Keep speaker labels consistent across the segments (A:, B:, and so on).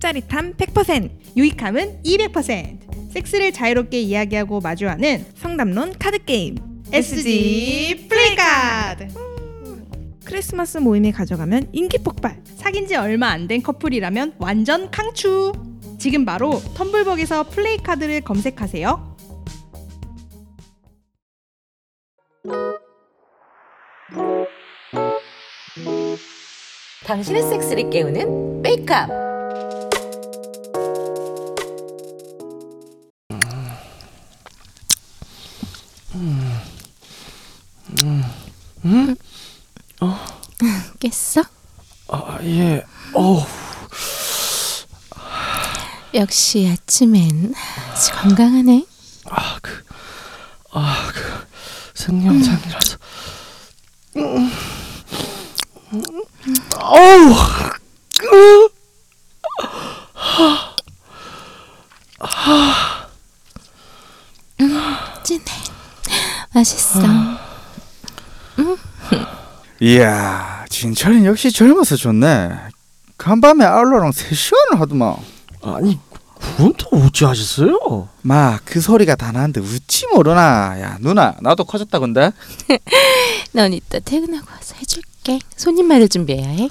A: 짜릿함 100%,
B: 유익함은 200%. 섹스를 자유롭게 이야기하고 마주하는
A: 상담론 카드게임,
B: SG 플레이카드.
A: 크리스마스 모임에 가져가면 인기 폭발,
B: 사귄 지 얼마 안 된 커플이라면 완전 강추. 지금 바로 텀블벅에서 플레이카드를 검색하세요.
C: 당신의 섹스를 깨우는 메이크업.
D: 깼어?
E: 아, 예. 어우,
D: 역시 아침엔 아주 건강하네.
E: 아, 그, 아, 그, 생명장이라서. 음. 음. 어우, 그,
D: 찐해. 맛있어.
F: 이야 진철이 역시 젊어서 좋네 간밤에 알로랑 세시간을 하더만
E: 아니, 그건 또 어찌 하셨어요?
F: 마 그 소리가 다 나는데 웃지 모르나 야 누나 나도 커졌다 근데
D: 넌 이따 퇴근하고 와서 해줄게. 손님 말을 준비해야 해.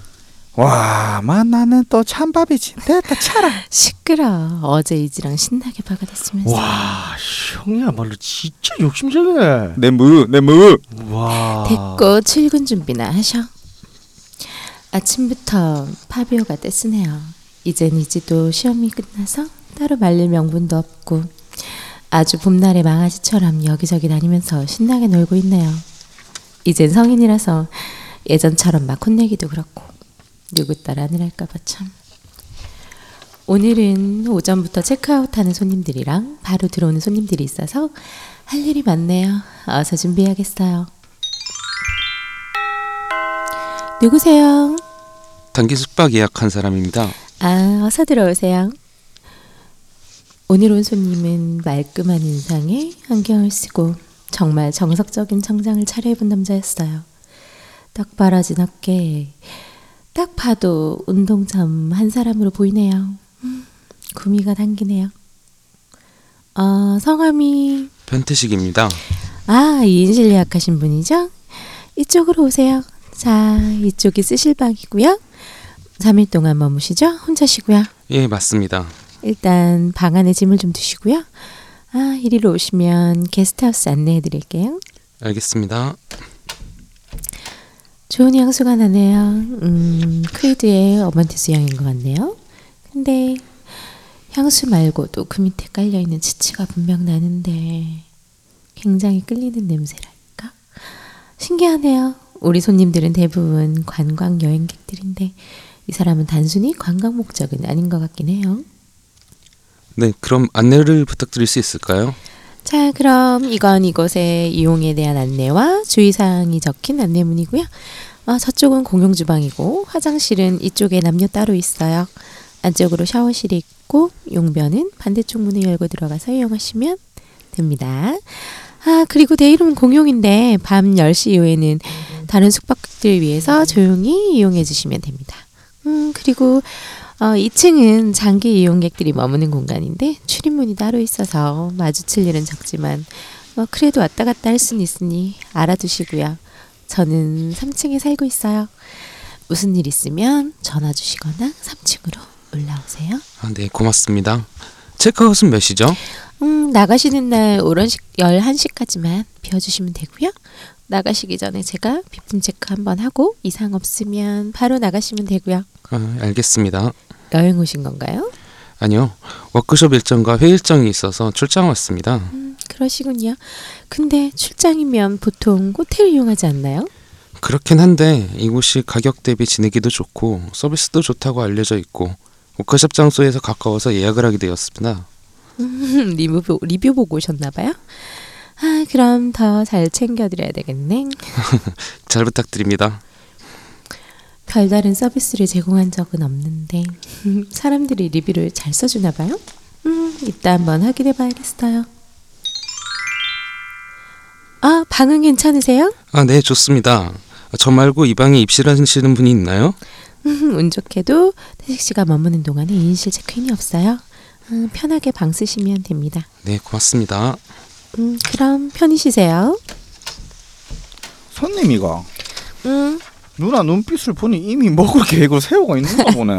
F: 와마 나는 또 찬밥이 진대다 차라
D: 시끄러. 어제 이지랑 신나게 박아댔으면서.
E: 와, 형이야말로 진짜 욕심쟁이네.
F: 내무내무
E: 와.
D: 됐고 출근 준비나 하셔. 아침부터 파비오가 떼쓰네요. 이젠 이지도 시험이 끝나서 따로 말릴 명분도 없고 아주 봄날의 망아지처럼 여기저기 다니면서 신나게 놀고 있네요. 이젠 성인이라서 예전처럼 막 혼내기도 그렇고 누구 따라 하느랄까봐 참. 오늘은 오전부터 체크아웃하는 손님들이랑 바로 들어오는 손님들이 있어서 할 일이 많네요. 어서 준비해야겠어요. 누구세요?
G: 단기 숙박 예약한 사람입니다.
D: 아, 어서 들어오세요. 오늘 온 손님은 말끔한 인상에 안경을 쓰고 정말 정석적인 정장을 차려입은 남자였어요. 딱 바라진 어깨에 딱 봐도 운동잠 한 사람으로 보이네요. 음, 구미가 당기네요. 아, 성함이
G: 변태식입니다.
D: 아, 2인실 예약하신 분이죠? 이쪽으로 오세요. 자, 이쪽이 쓰실 방이고요. 3일 동안 머무시죠? 혼자시고요.
G: 예, 맞습니다.
D: 일단 방 안에 짐을 좀 두시고요. 아, 이리로 오시면 게스트하우스 안내해 드릴게요.
G: 알겠습니다.
D: 좋은 향수가 나네요. 음, 크이드의 어반티스 향인 것 같네요. 근데 향수 말고도 그 밑에 깔려 있는 치치가 분명 나는데 굉장히 끌리는 냄새랄까? 신기하네요. 우리 손님들은 대부분 관광 여행객들인데 이 사람은 단순히 관광 목적은 아닌 것 같긴 해요.
G: 네, 그럼 안내를 부탁드릴 수 있을까요?
D: 자, 그럼 이건 이곳의 이용에 대한 안내와 주의사항이 적힌 안내문이고요. 아, 저쪽은 공용 주방이고 화장실은 이쪽에 남녀 따로 있어요. 안쪽으로 샤워실이 있고 용변은 반대쪽 문을 열고 들어가서 이용하시면 됩니다. 아, 그리고 내일은 공용인데 밤 10시 이후에는 다른 숙박객들을 위해서 조용히 이용해 주시면 됩니다. 음, 그리고 어, 2층은 장기 이용객들이 머무는 공간인데 출입문이 따로 있어서 마주칠 일은 적지만 뭐 그래도 왔다 갔다 할 수는 있으니 알아두시고요. 저는 3층에 살고 있어요. 무슨 일 있으면 전화 주시거나 3층으로 올라오세요.
G: 아, 네, 고맙습니다. 체크아웃은 몇 시죠?
D: 음, 나가시는 날 오전 11시까지만 비워주시면 되고요. 나가시기 전에 제가 비품 체크 한번 하고 이상 없으면 바로 나가시면 되고요.
G: 아, 알겠습니다.
D: 여행 오신 건가요?
G: 아니요, 워크숍 일정과 회의 일정이 있어서 출장 왔습니다.
D: 음, 그러시군요. 근데 출장이면 보통 호텔 이용하지 않나요?
G: 그렇긴 한데 이곳이 가격 대비 지내기도 좋고 서비스도 좋다고 알려져 있고 워크숍 장소에서 가까워서 예약을 하게 되었습니다.
D: 음, 리뷰, 보- 리뷰 보고 오셨나봐요. 아, 그럼 더 잘 챙겨드려야 되겠네.
G: 잘 부탁드립니다.
D: 별다른 서비스를 제공한 적은 없는데 음, 사람들이 리뷰를 잘 써주나봐요. 음, 이따 한번 확인해봐야겠어요. 아, 방은 괜찮으세요?
G: 아, 네, 좋습니다. 저 말고 이 방에 입실하시는 분이 있나요?
D: 운 좋게도 태식 씨가 머무는 동안에 인실 체크인이 없어요. 음, 편하게 방 쓰시면 됩니다.
G: 네, 고맙습니다.
D: 음, 그럼 편히 쉬세요.
F: 손님이가
D: 음,
F: 누나 눈빛을 보니 이미 먹을 계획을 세우고 있는가 보네.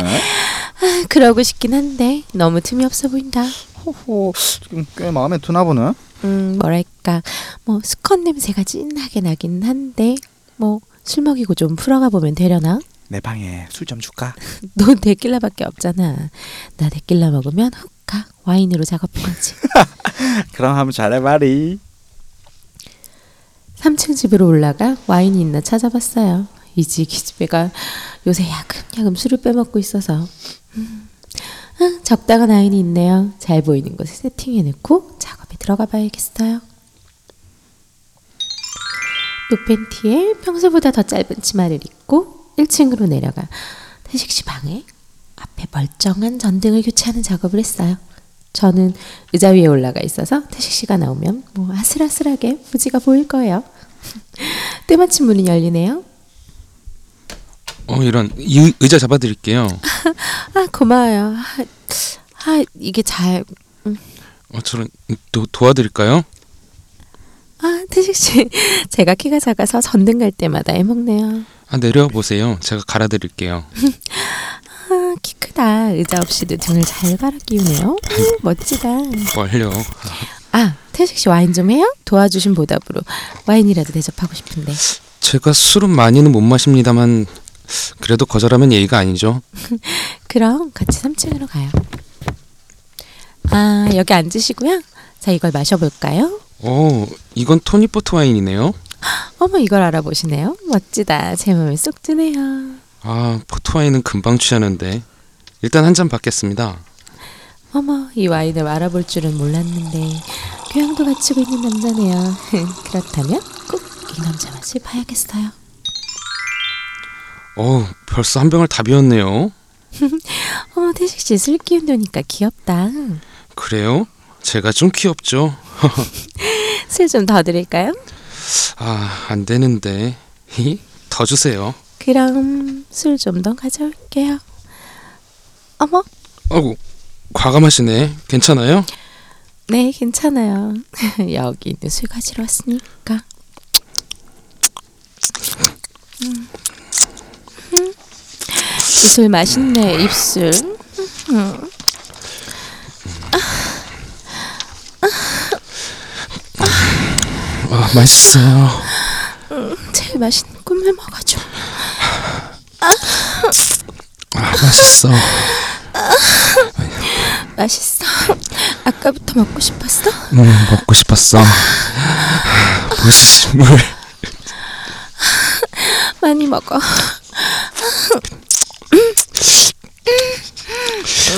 D: 그러고 싶긴 한데 너무 틈이 없어 보인다.
F: 호호 지금 꽤 마음에 드나 보네.
D: 음, 뭐랄까 뭐 수컷 냄새가 진하게 나긴 한데 뭐 술 먹이고 좀 풀어가 보면 되려나?
F: 내 방에 술 좀 줄까?
D: 넌 데킬라밖에 없잖아. 나 데킬라 먹으면 훅가 와인으로 작업하지.
F: 그럼 한번 잘해봐리.
D: 3층 집으로 올라가 와인이 있나 찾아봤어요. 이지 기집애가 요새 야금야금 술을 빼먹고 있어서 음, 아, 적당한 와인이 있네요. 잘 보이는 곳에 세팅해놓고 작업에 들어가 봐야겠어요. 노팬티에 평소보다 더 짧은 치마를 입고 1층으로 내려가 태식 씨 방에 앞에 멀쩡한 전등을 교체하는 작업을 했어요. 저는 의자 위에 올라가 있어서 태식 씨가 나오면 뭐 아슬아슬하게 무지가 보일 거예요. 때마침 문이 열리네요.
G: 어, 이런 이, 의자 잡아 드릴게요.
D: 아 고마워요. 아, 아 이게 잘.
G: 어, 저는 도, 도와드릴까요?
D: 아 태식 씨 제가 키가 작아서 전등 갈 때마다 애먹네요.
G: 아, 내려와 보세요. 제가 갈아 드릴게요.
D: 아 키 크다. 의자 없이도 등을 잘 바라 끼우네요. 음, 멋지다.
G: 멀려.
D: 아 태식 씨 와인 좀 해요? 도와주신 보답으로 와인이라도 대접하고 싶은데.
G: 제가 술은 많이는 못 마십니다만 그래도 거절하면 예의가 아니죠.
D: 그럼 같이 3층으로 가요. 아 여기 앉으시고요. 자 이걸 마셔볼까요?
G: 어, 이건 토니포트 와인이네요.
D: 어머 이걸 알아보시네요. 멋지다. 제 마음에 쏙 드네요.
G: 아, 포트 와인은 금방 취하는데. 일단 한 잔 받겠습니다.
D: 어머 이 와인을 알아볼 줄은 몰랐는데 교양도 갖추고 있는 남자네요. 그렇다면 꼭 이 남자 맛을 봐야겠어요.
G: 어, 벌써 한 병을 다 비웠네요.
D: 어머 태식 씨 술 기운 도니까 귀엽다.
G: 그래요? 제가 좀 귀엽죠.
D: 술 좀 더 드릴까요?
G: 아, 안 되는데. 히히, 더 주세요.
D: 그럼 술 좀 더 가져올게요. 어머
G: 아이고, 과감하시네. 괜찮아요?
D: 네 괜찮아요. 여기 있는 술 가지러 왔으니까. 음. 음. 이술 맛있네 입술.
G: 아, 맛있어요.
D: 제일 맛있는 꿈을 먹어줘.
G: 아, 맛있어. 음,
D: 맛있어. 아까부터 먹고 싶었어?
G: 음, 먹고 싶었어. 아, 무심물.
D: 많이 먹어.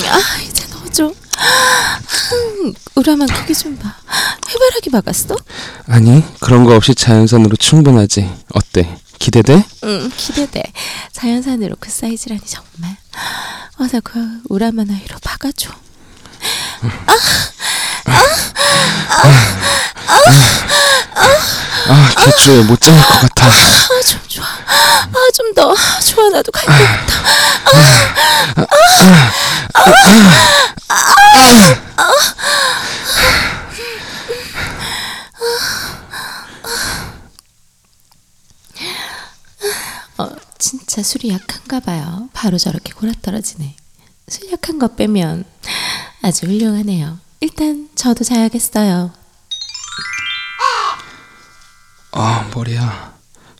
D: 아, 이제 넣어줘. 우람한 크기 좀 봐. 해바라기 막았어?
G: 아니, 그런 거 없이 자연산으로 충분하지. 어때? 기대돼?
D: 응, 기대돼. 자연산으로 그 사이즈라니 정말. 어서 그 우람한 아이로 박아줘.
G: 아, 개추에 못 잡을 것 같아.
D: 아, 좀 좋아. 아, 좀 더. 좋아, 나도 갈게. 어, 진짜 술이 약한가 봐요. 바로 저렇게 골아 떨어지네. 술 약한 거 빼면 아주 훌륭하네요. 일단 저도 자야겠어요.
G: 아, 머리야.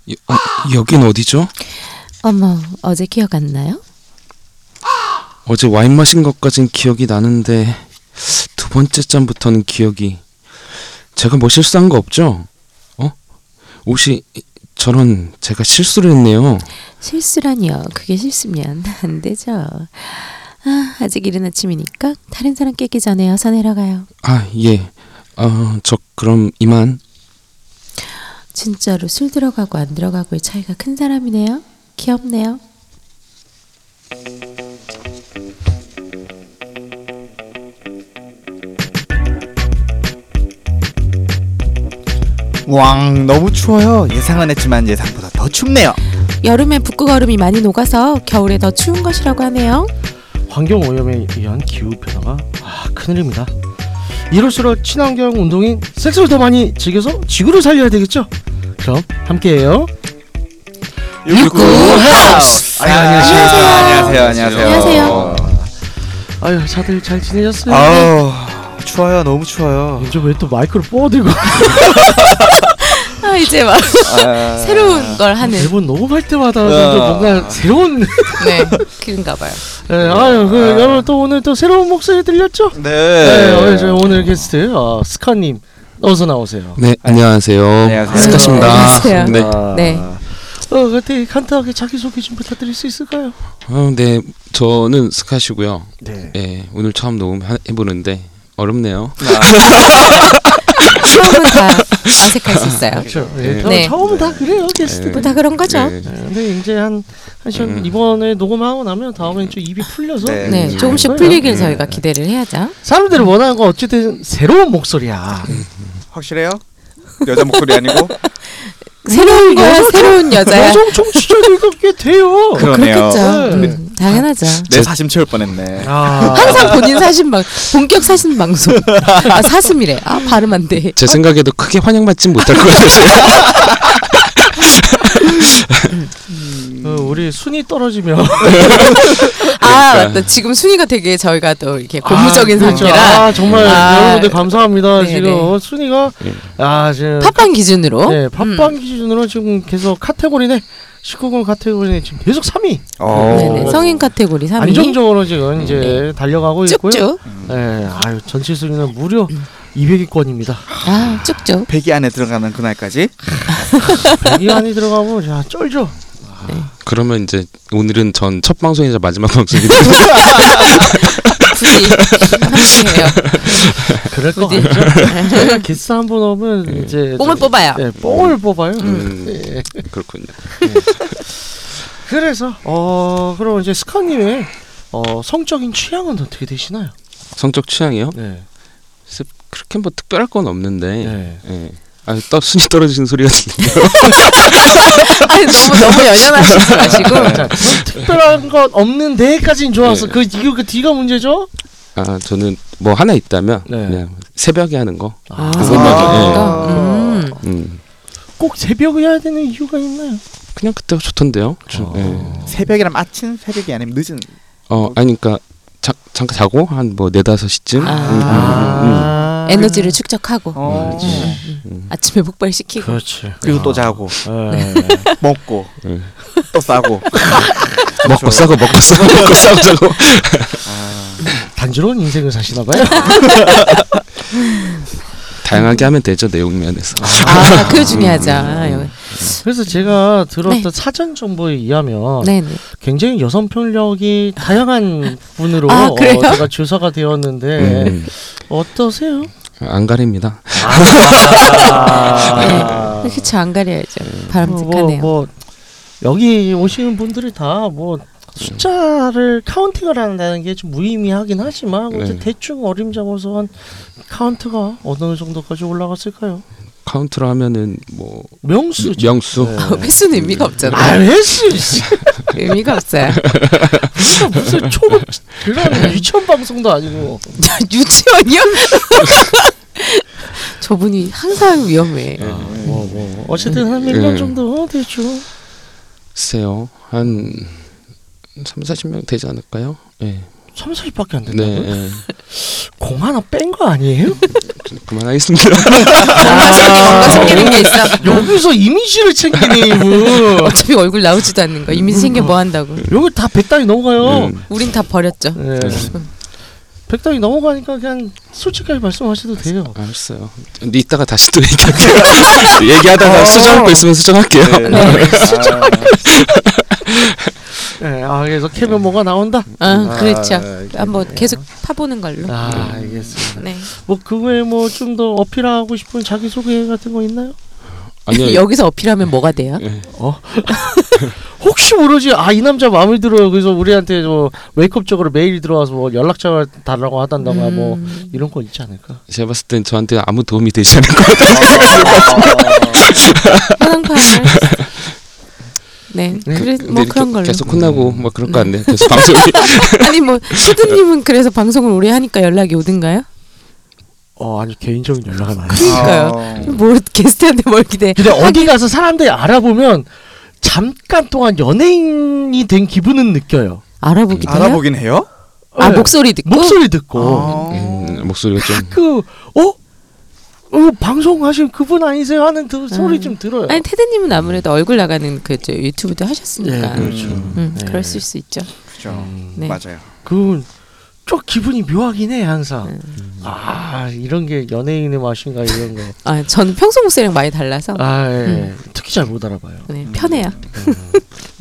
G: 여, 어, 여긴 어디죠?
D: 어머, 어제 기억 안 나요?
G: 어제 와인 마신 것까진 기억이 나는데 두 번째 잔부터는 기억이 제가 뭐 실수한 거 없죠? 어? 옷이 저런 제가 실수를 했네요.
D: 실수라니요. 그게 실수면 안 되죠. 아, 아직 이른 아침이니까 다른 사람 깨기 전에 어서 내려가요.
G: 아, 예. 아, 저 그럼 이만.
D: 진짜로 술 들어가고 안 들어가고의 차이가 큰 사람이네요. 귀엽네요.
F: 왕 너무 추워요. 예상은 했지만 예상보다 더 춥네요.
D: 여름에 북극얼음이 많이 녹아서 겨울에 더 추운 것이라고 하네요.
E: 환경 오염에 의한 기후 변화가 아, 큰일입니다. 이럴수록 친환경 운동인 섹스를 더 많이 즐겨서 지구를 살려야 되겠죠? 그럼 함께해요.
G: 육구
F: 하우스.
E: 아니, 아니, 아니.
F: 안녕하세요. 안녕하세요.
D: 안녕하세요.
E: 아유, 다들 잘 지내셨어요?
F: 아우 추워요. 너무 추워요.
E: 요즘 왜또 마이크를 뻗어들고
D: 아 이제 막
F: 아,
D: 새로운 걸 하는.
E: 매번 녹음할 때마다 좀
F: 아.
E: 뭔가 새로운
D: 네, 그런가 봐요.
E: 예, 아유, 그 여러분 또 오늘 또 새로운 목소리 들렸죠?
F: 네.
E: 네, 오늘 저희 오늘 게스트 어, 스카님 어서 나오세요.
G: 네 안녕하세요.
F: 안녕하세요.
G: 스카십니다.
D: 안녕하세요.
G: 네.
F: 아,
D: 네.
E: 어, 그때 간단하게 자기 소개 좀 부탁드릴 수 있을까요?
G: 어, 네 저는 스카시고요.
E: 네.
G: 예, 오늘 처음 녹음 해보는데 어렵네요.
D: 처음은 다 어색할 수 있어요.
E: 그렇죠. 예,
D: 네.
E: 저- 처음은 다 그래요 게스트.
D: 뭐다 그런 거죠.
G: 예.
E: 네, 근데 이제 한, 한 시간
G: 음.
E: 이번에 녹음하고 나면 다음에 좀 입이 풀려서
F: 네.
D: 네,
E: 잘
D: 조금씩
E: 거예요.
D: 풀리길 저희가 기대를 해야죠.
E: 사람들이 원하는 건 어쨌든 새로운 목소리야.
F: 확실해요? 여자 목소리 아니고?
D: 어,
F: 네.
D: 새로운 거야, 어, 새로운 여자야.
E: 여성 청취자들과 꽤 돼요.
F: 그렇죠. 그러네요.
D: 그렇겠죠.
E: 네.
D: 음, 당연하죠.
F: 내 사심 채울 뻔했네.
E: 아,
D: 항상 본인 사신 방 본격 사신 방송 아, 사슴이래 아 발음 안 돼.
G: 제 생각에도 크게 환영받진 못할 것 같아요.
E: 어, 우리 순위 떨어지면
D: 아
G: 그러니까.
D: 맞다 지금 순위가 되게 저희가 또 이렇게 고무적인
E: 아, 그렇죠.
D: 상태라
E: 아, 정말
D: 아.
E: 여러분들 감사합니다.
D: 네,
E: 지금
D: 네. 어?
E: 어, 순위가 아 지금
D: 팟빵 기준으로
E: 네, 팟빵
D: 음.
E: 기준으로 지금 계속 카테고리네 19금 카테고리네 지금 계속 3위
D: 음,
F: 어.
D: 네네. 성인 카테고리 3위 음. 네.
E: 안정적으로 지금 이제 달려가고 있고요.
D: 쭉쭉 음.
E: 네, 아유 전체 순위는 무려 200위권입니다.
D: 아 쭉쭉
F: 배기 안에 들어가는 그날까지
E: 100위 안에 들어가면 야 쩔죠.
G: 그러면 이제 오늘은 전 첫 방송이자 마지막 방송인데
D: 굳이 함께해요
E: 그렇죠. 그럴 거
D: 어디?
E: 같죠. 저희가 기스 한 번 오면 이제
D: 뽕을
E: 좀-
D: 뽑아요
E: 네, 뽕을 뽑아요.
G: 음.
E: 네.
G: 그렇군요.
E: 그래서 어 그럼 이제 스카님의 어 성적인 취향은 어떻게 되시나요?
G: 성적 취향이요?
E: 네.
G: 그렇게 뭐 특별할 건 없는데.
E: 네.
G: 예. 아, 떠 순위 떨어지는 소리가 들리네요.
D: 아니 너무 너무 연연하시지 마시고
E: 자, 전 특별한 건 없는 데까지는 좋았어.
G: 네.
E: 그 이거 그 뒤가 문제죠?
G: 아, 저는 뭐 하나 있다면
E: 네.
G: 그냥 새벽에 하는 거.
E: 아, 네.
D: 그러니까, 음.
G: 음.
E: 꼭 새벽에 해야 되는 이유가 있나요?
G: 그냥 그때가 좋던데요. 좀,
E: 어.
G: 예.
F: 새벽이랑 아침 새벽이 아니면 늦은
D: 뭐.
G: 어, 아니 그러니까 자, 잠깐 자고 한 뭐 네다섯 시쯤. 음,
E: 음,
D: 아. 에너지를 축적하고
F: 어.
D: 아침에 폭발시키고
E: 그렇지.
F: 그리고 또 자고
E: 네.
F: 먹고
G: 네.
F: 또 싸고
G: 먹고 싸고 먹고 싸고 먹고 싸고 자고.
E: 단조로운 인생을 사시나 봐요.
G: 다양하게 하면 되죠 내용 면에서.
E: 그렇죠.
D: 아 그거 중요하죠
E: 음.
D: 아,
E: 그래서 제가 들었던
D: 네.
E: 사전 정보에 의하면
D: 네네
E: 굉장히 여성 편력이 다양한 분으로
D: 아, 그래요?
E: 어, 제가 주사가
D: 네.
E: 되었는데
G: 음.
E: 어떠세요?
G: 안 가립니다.
E: 아,
D: 그렇죠 안 가려야죠
E: 뭐,
D: 바람직하네요
E: 뭐 여기 오시는 분들이 다 뭐 숫자를 카운팅을 한다는 게 좀 무의미하긴 하지만
G: 네.
E: 어째 대충 어림잡아서 한 카운트가 어느 정도까지 올라갔을까요?
G: 카운트로 하면은 뭐
E: 명수.
D: 그렇죠.
G: 명수.
D: 아, 횟수는 의미가 없잖아요
E: 아, 횟수 씨.
D: 의미가 없어요.
E: 무슨 무슨 초급 그런 유치원 방송도 아니고.
D: 자, 유치원이요? 저분이 항상 위험해.
G: 어.
E: 뭐, 뭐, 뭐. 어쨌든 한 1년
G: 예.
E: 정도 대충.
G: 글쎄요 한 3, 40명 되지 않을까요? 네.
E: 3, 40밖에 안 된다고.
G: 네.
E: 요
G: 네.
E: 공 하나 뺀 거 아니에요?
G: 그만하겠습니다.
D: 뭔가 챙기, 아,
G: 아.
D: 뭔가 챙기는 게 있어.
E: 여기서 이미지를 챙기네 이분.
D: 어차피 얼굴 나오지도 않는 거. 이미 생겨 뭐 한다고.
E: 여기 다 백단이 넘어가요.
G: 음.
D: 우린 다 버렸죠.
E: 예. 백단이 넘어가니까 그냥 솔직하게 말씀하셔도 돼요.
G: 알았어요. 근데 이따가 다시 또 얘기할게요.
D: 어.
G: 얘기하다가 수정할 거 있으면 수정할게요.
D: 네,
F: 아.
E: 예, 아 그래서 캐면 뭐가 나온다.
G: 음.
D: 아, 그렇죠. 한번 계속 파보는 걸로.
E: 아 알겠습니다.
D: 네.
E: 뭐 그 외에 뭐 좀 더 어필하고 싶은 자기 소개 같은 거 있나요?
G: 아니요. 네.
D: 여기서 어필하면 뭐가 돼요?
E: 혹시 모르지. 아 이 남자 마음에 들어요. 그래서 우리한테 저 웨이크업적으로 메일이 들어와서 뭐 연락처 달라고 하단다거나 뭐 이런 거 있지 않을까?
G: 제가 봤을 땐 저한테 아무 도움이 되지 않을 것 같아요.
D: 현황파악. 네.
G: 네,
D: 그래
G: 근데
D: 뭐
G: 이렇게
D: 그런 걸로. 음.
G: 계속 혼나고 막 그럴 거 같네요. 계속 방송이
D: 아니 뭐 푸드님은 그래서 방송을 오래 하니까 연락이 오든가요?
E: 어 아니 개인적인 연락은 안 했어.
D: 그러니까요.
F: 아.
G: 음.
D: 뭘 뭐, 게스트한테 뭘 기대? 아,
E: 근데 어디 가서 사람들이 알아보면 잠깐 동안 연예인이 된 기분은 느껴요.
D: 알아보기도 해요.
F: 알아보긴 해요?
D: 아
E: 네.
D: 목소리 듣고.
E: 목소리 듣고
F: 아.
G: 음, 목소리가 좀
E: 그 어? 어 방송하신 그분 아니세요 하는 그 소리 좀 들어요.
D: 음. 아니 테드님은 아무래도 얼굴 나가는 그 저, 유튜브도 하셨으니까.
E: 네, 그렇죠.
D: 음,
E: 네.
D: 그럴 수 있죠.
F: 그렇죠.
D: 네.
F: 맞아요.
E: 그건 좀 기분이 묘하긴 해 항상.
D: 음.
E: 아 이런 게 연예인의 맛인가 이런 거.
D: 아, 저는 평소 목소리랑 많이 달라서
E: 아 예.
D: 음.
E: 특히 잘 못 알아봐요.
D: 네, 편해요.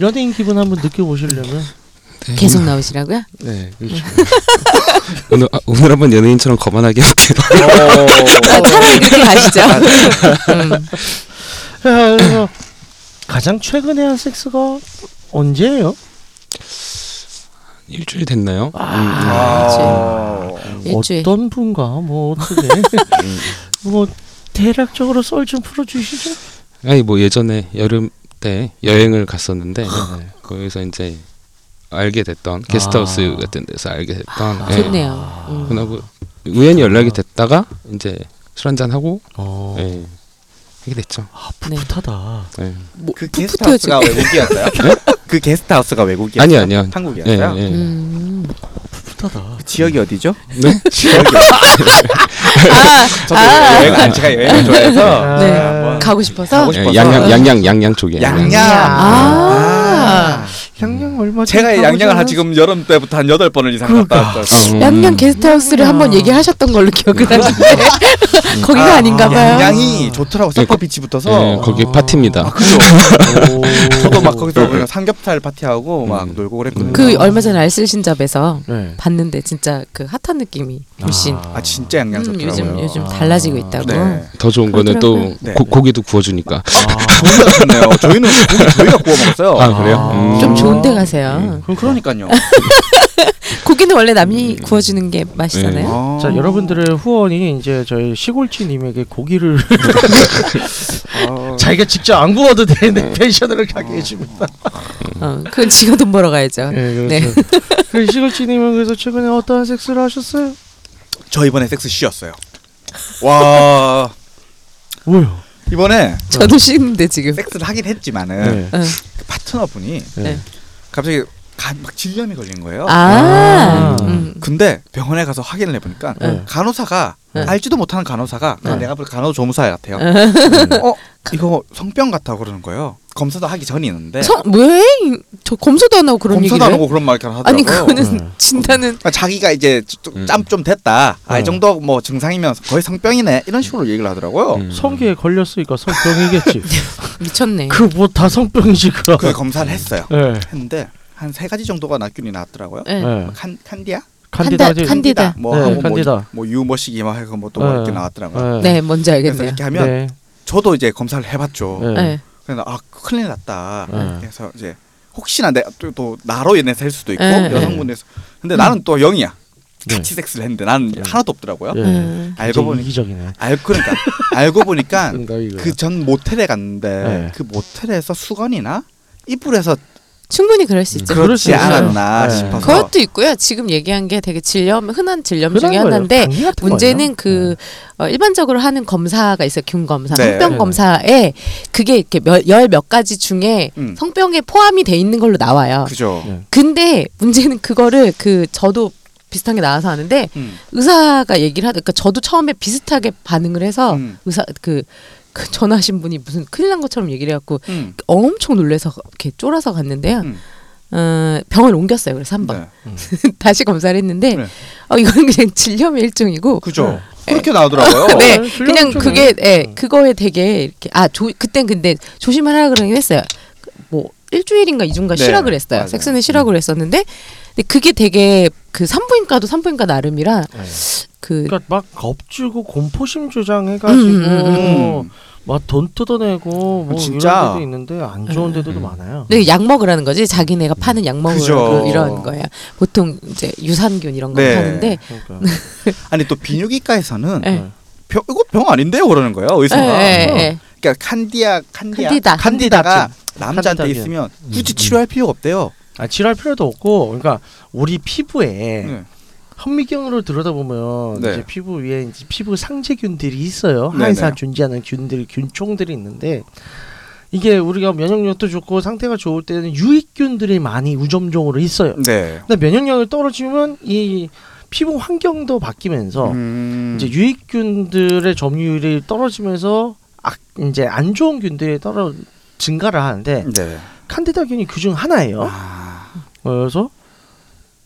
E: 연예인 기분 한번 느껴보시려면
D: 계속 나오시라고요?
E: 네 그렇죠.
G: 오늘 아, 오늘 한번 연예인처럼 거만하게 할게요.
D: 아,
F: 어.
D: 차라리 그렇게 가시죠.
F: 아, 네.
D: 음.
E: 아, 그래서 가장 최근에 한 섹스가 언제예요?
G: 일주일 됐나요?
F: 아.
D: 일주일.
E: 어떤 분과 뭐 어떻게 뭐 대략적으로 썰 좀 풀어주시죠.
G: 아니 뭐 예전에 여름 때 여행을 갔었는데 네, 거기서 이제 알게 됐던 게스트하우스
E: 아.
G: 같은 데서 알게 됐던 예.
D: 좋네요.
F: 아.
D: 음.
G: 그러고 우연히 연락이 됐다가 이제 술 한잔 하고
E: 어,
G: 예. 하게 됐죠.
D: 네.
E: 풋풋하다.
G: 예.
F: 그
D: 풋풋해요,
F: 게스트하우스가 외국이었어요? 그 게스트하우스가 외국이었어요?
G: 아니 아니요. 예,
F: 한국이었어요?
G: 예.
D: 음.
E: 풋풋하다.
F: 지역이 어디죠?
G: 네?
F: 지역이 네. 저도 여행, 아, 제가 여행을 좋아해서
D: 네.
E: 아,
D: 가고 싶어서.
F: 가고 싶-
G: 예, 양양 양양 양양 쪽에
F: 양양.
D: 아.
E: 양양 얼마?
F: 제가 양양을 한 지금 여름 때부터 한 여덟 번을 이상 갔다 왔어요.
G: 어,
D: 양양 게스트하우스를 한번 얘기하셨던 걸로 기억을 하는데 거기가
F: 음. 아,
D: 아닌가 봐요.
F: 양양이 좋더라고. 사파 비치
G: 예,
F: 붙어서.
G: 거기 파티입니다.
F: 아, 그죠. 저도
E: 예.
F: 막 거기서
G: 음.
F: 그냥 삼겹살 파티하고 막 놀고 그랬거든요.
D: 그 얼마 전에 알쓸신잡에서
E: 네.
D: 봤는데 진짜 그 핫한 느낌이 훨씬
F: 아 진짜 양양
D: 음,
F: 좋더라고요. 아.
D: 요즘 요즘 달라지고 있다고.
F: 네.
G: 더 좋은 거는 또
F: 네.
G: 고, 고기도 구워주니까.
F: 아, 좋네요. 저희는 고기 저희가 구워 먹었어요. 아,
G: 아 그래요? 음.
D: 좀 좋은 데 가세요.
F: 그럼 그러니까요.
D: 고기는 원래 남이 구워주는 게 맛이잖아요.
F: 아.
E: 자 여러분들의 후원이 이제 저희 시골지님에게 고기를
F: 아.
E: 자기가 직접 안 구워도
F: 네.
E: 되는 펜션을 가게 해줍니다.
D: 어, 그건 지가 돈 벌어 가야죠.
E: 네,
D: 네.
E: 그렇죠. 그 시골지님은 그래서 최근에 어떠한 섹스를 하셨어요?
F: 아. 저 이번에 섹스 쉬었어요. 와
E: 뭐요?
F: 이번에
D: 저도 쉬는데 지금.
F: 섹스를 하긴 했지만은
E: 네.
D: 어.
F: 그 파트너분이
E: 네.
F: 갑자기 간 막 질염이 걸린 거예요.
D: 아.
E: 아.
D: 음.
F: 근데 병원에 가서 확인을 해보니까
E: 네.
F: 간호사가
D: 네.
F: 알지도 못하는 간호사가 그냥
D: 네.
F: 내가 볼 때 간호조무사 같아요. 어 이거 성병 같다고 그러는 거예요. 검사도 하기 전이었는데
D: 성, 왜? 저 검사도 안 하고 그런
F: 네. 검사도 안
D: 얘기를?
F: 하고 그런 말 하더라고요.
D: 아니 그거는
E: 네.
D: 진단은
F: 그러니까 자기가 이제
G: 음.
F: 짬 좀 됐다. 아,
E: 음.
F: 이 정도 뭐 증상이면 거의 성병이네. 이런 식으로 얘기를 하더라고요.
G: 음.
E: 성기에 걸렸으니까 성병이겠지.
D: 네. 미쳤네.
E: 그 뭐 다 성병이지 그.
F: 그래서 검사를 했어요.
E: 예.
F: 했는데 한 세 가지 정도가 낙균이 나왔더라고요.
D: 네.
E: 예.
F: 칸 칸디아?
E: 칸디다
D: 칸다- 칸디- 칸디다.
F: 뭐
E: 네,
F: 하고
E: 칸디다.
F: 뭐, 뭐 유머시기 막 하고 뭐또뭐
E: 네.
F: 이렇게 나왔더라고요.
D: 네, 뭔지
F: 그래서
D: 알겠네요.
F: 이렇게 하면
E: 네.
F: 저도 이제 검사를 해봤죠.
E: 네.
D: 네.
F: 그래서 아 큰일 났다.
E: 네.
F: 그래서 이제 혹시나 내또 또 나로 인해서 할 수도 있고
D: 네.
F: 여성분에서 근데 나는 또 영이야. 같이 섹스를 했는데 나는 하나도 없더라고요.
E: 예.
D: 음.
F: 알고
E: 굉장히
F: 보니
E: 네. 이기적이네.
F: 알 그러니까 알고 보니까
E: 뭔가 이거.
F: 그 전 모텔에 갔는데
E: 네.
F: 그 모텔에서 수건이나 이불에서
D: 충분히 그럴 수 있죠.
E: 그럴
F: 음, 그렇지
E: 수 있어요.
F: 않았나
E: 네.
F: 싶어서
D: 네. 그것도 있고요. 지금 얘기한 게 되게 질염 흔한 질염
E: 흔한
D: 중에
E: 거예요.
D: 하나인데
E: 당뇨 같은
D: 문제는
E: 거예요.
D: 그 어, 일반적으로 하는 검사가 있어요. 균 검사,
F: 네.
D: 성병
E: 네.
D: 검사에 그게 이렇게 열 몇 가지 중에
F: 음.
D: 성병에 포함이 돼 있는 걸로 나와요.
F: 그죠.
E: 네.
D: 근데 문제는 그거를 그 저도 비슷한 게 나와서 하는데
F: 음.
D: 의사가 얘기를 하니까 저도 처음에 비슷하게 반응을 해서
F: 음.
D: 의사 그, 그 전화하신 분이 무슨 큰일 난 것처럼 얘기를 해갖고
F: 음.
D: 엄청 놀래서 이렇게 쫄아서 갔는데요.
F: 음.
D: 어, 병을 옮겼어요. 그래서 한번
F: 네.
D: 다시 검사를 했는데
F: 네.
D: 어, 이거는 그냥 질염의 일종이고
F: 그죠. 그렇게 나오더라고요.
D: 네,
E: 네,
D: 그냥
E: 질염증은.
D: 그게 예, 그거에 되게 이렇게 아 조, 그땐 근데 조심하라 그러긴 했어요. 그, 뭐 일주일인가 이주인가
F: 네,
D: 쉬라 그랬어요.
F: 맞아요. 음.
D: 섹스는 쉬라 그랬었는데 근데 그게 되게 그 산부인과도 산부인과 나름이라
F: 네.
D: 그
E: 예. 그러니까 막 겁주고 공포심 조장해가지고
D: 음,
F: 음, 음.
E: 막 돈 뜯어내고 뭐
F: 진짜.
E: 이런 데도 있는데 안 좋은 데도
G: 음.
E: 많아요.
D: 네, 약 먹으라는 거지 자기네가 파는 약 먹으라고
F: 그죠.
D: 이런 거예요. 보통 이제 유산균 이런 거
F: 네.
D: 파는데
E: 그러니까.
F: 아니 또 비뇨기과에서는
D: 예.
F: 병, 이거 병 아닌데요 그러는 거예요 의사가.
D: 예, 예, 예.
F: 그러니까 칸디아 칸디아
D: 칸디다.
F: 칸디다가 남자한테
E: 따뜻하게.
F: 있으면 굳이 치료할 필요가 없대요.
E: 아 치료할 필요도 없고 그러니까 우리 피부에
F: 네.
E: 현미경으로 들여다보면
F: 네.
E: 이제 피부 위에 이제 피부 상세균들이 있어요.
F: 네네.
E: 항상 존재하는 균들, 균총들이 있는데 이게 우리가 면역력도 좋고 상태가 좋을 때는 유익균들이 많이 우점종으로 있어요.
F: 네.
E: 근데 면역력이 떨어지면 이 피부 환경도 바뀌면서
F: 음.
E: 어. 이제 유익균들의 점유율이 떨어지면서 악, 이제 안 좋은 균들이 떨어 증가를 하는데
F: 네.
E: 칸디다균이 그중 하나예요.
F: 아,
E: 그래서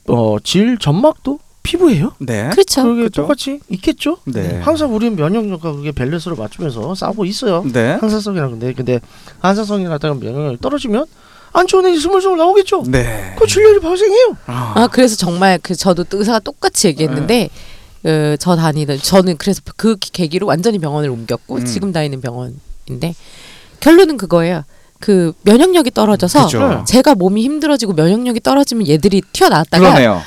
E: 어, 질 전막도 피부예요.
F: 네.
D: 그렇죠.
E: 그게
F: 그죠?
E: 똑같이 있겠죠.
F: 네.
E: 항상 우리는 면역력과 그게 밸런스를 맞추면서 싸우고 있어요.
F: 네.
E: 항산성이랑 근데 근데 항산성이 나다가 면역력이 떨어지면 안 좋은 일이 스물스물 나오겠죠.
F: 네.
E: 그 출혈이 발생해요.
F: 아,
D: 아 그래서 정말 그 저도 의사가 똑같이 얘기했는데
F: 네.
D: 그 저 다니는 저는 그래서 그 계기로 완전히 병원을 옮겼고
F: 음.
D: 지금 다니는 병원인데 결론은 그거예요. 그 면역력이 떨어져서
F: 그죠.
D: 제가 몸이 힘들어지고 면역력이 떨어지면 얘들이 튀어나왔다가
F: 그러네요.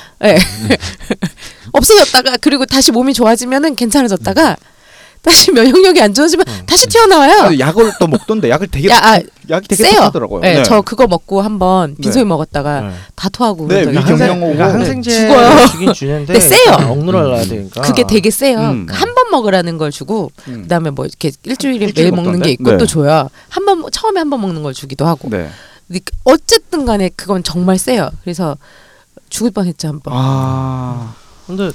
D: 없어졌다가 그리고 다시 몸이 좋아지면은
F: 음.
D: 괜찮아졌다가 다시 면역력이 안 좋아지면 다시 튀어나와요.
F: 아, 약을 또 먹던데 약을 되게
D: 야, 아,
F: 약이 되게
D: 세요.
F: 독하더라고요.
D: 네, 저 그거 먹고 한번 빈소에 먹었다가
E: 네.
D: 다 토하고
F: 네, 음.
D: 그러더라고요.
F: 위경-
E: 항생, 그러니까
F: 경영하고
E: 항생제
D: 죽어요.
E: 주긴 주는데
D: 네, 세요.
E: 일단 억눌러야 되니까.
D: 그게 되게 세요.
F: 음.
D: 한 번 먹으라는 걸 주고
F: 음.
D: 그다음에 뭐 이렇게 일주일에
F: 일주일
D: 매일 먹는
F: 먹던데?
D: 게 있고
F: 네.
D: 또 줘요. 한 번 처음에 한 번 먹는 걸 주기도 하고.
F: 네.
D: 근데 그- 어쨌든 간에 그건 정말 세요. 그래서 죽을 뻔했죠 한 번.
F: 아,
E: 근데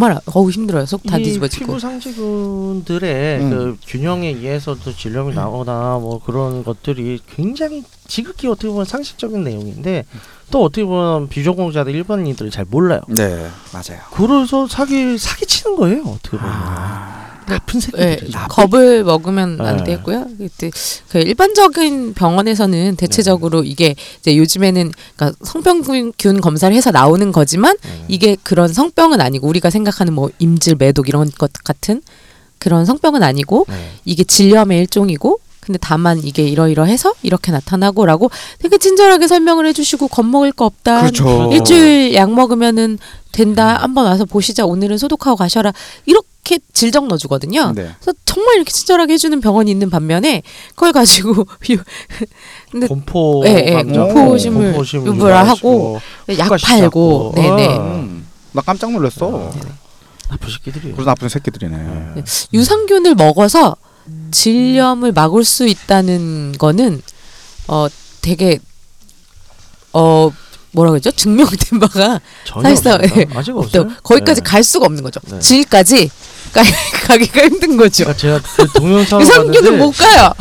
D: 정말 아- 어우 힘들어요. 속 다
E: 이
D: 뒤집어지고.
E: 피부 상지균들의
F: 음.
E: 그 균형에 의해서도 질염이 나거나 뭐 그런 것들이 굉장히 지극히 어떻게 보면 상식적인 내용인데 또 어떻게 보면 비전공자들 일반인들이 잘 몰라요.
F: 네. 맞아요.
E: 그래서 사기 사기 치는 거예요 어떻게 보면
D: 아,
E: 나쁜
D: 예,
E: 새끼들이죠.
D: 겁을 먹으면 안
E: 네.
D: 되고요. 그때 그 일반적인 병원에서는 대체적으로 이게 이제 요즘에는 그러니까 성병균 검사를 해서 나오는 거지만
E: 네.
D: 이게 그런 성병은 아니고 우리가 생각하는 뭐 임질, 매독 이런 것 같은 그런 성병은 아니고
E: 네.
D: 이게 질염의 일종이고 근데 다만 이게 이러이러해서 이렇게 나타나고라고 되게 친절하게 설명을 해주시고 겁먹을 거 없다.
F: 그렇죠.
D: 일주일 약 먹으면은 된다. 한번 와서 보시자. 오늘은 소독하고 가셔라. 이렇게 질적 넣어주거든요.
F: 네.
D: 그래서 정말 이렇게 친절하게 해주는 병원이 있는 반면에 그걸 가지고 근데-
E: 공포
D: 예, 예,
E: 감정,
F: 공포심을
E: 공포심을
D: 유발하고
F: 어,
D: 약
E: 효과시
D: 팔고
E: 잡고.
D: 네네
E: 아. 네,
F: 음. 나 깜짝 놀랐어.
E: 나쁜 새끼들이
F: 그런 나쁜 새끼들이네.
D: 유산균을 먹어서 질염을 막을 수 있다는 거는 어 되게 어 뭐라 그러죠 증명된 바가
E: 전혀
D: 사실상,
E: 없습니다.
D: 예.
E: 아직
D: 없다.
E: 없어요.
D: 거기까지
E: 예.
D: 갈 수가 없는 거죠
E: 네.
D: 질까지 가, 가기가 힘든 거죠
E: 그러니까 제가 그 동영상을 봤는데
D: 유산균은 못 가요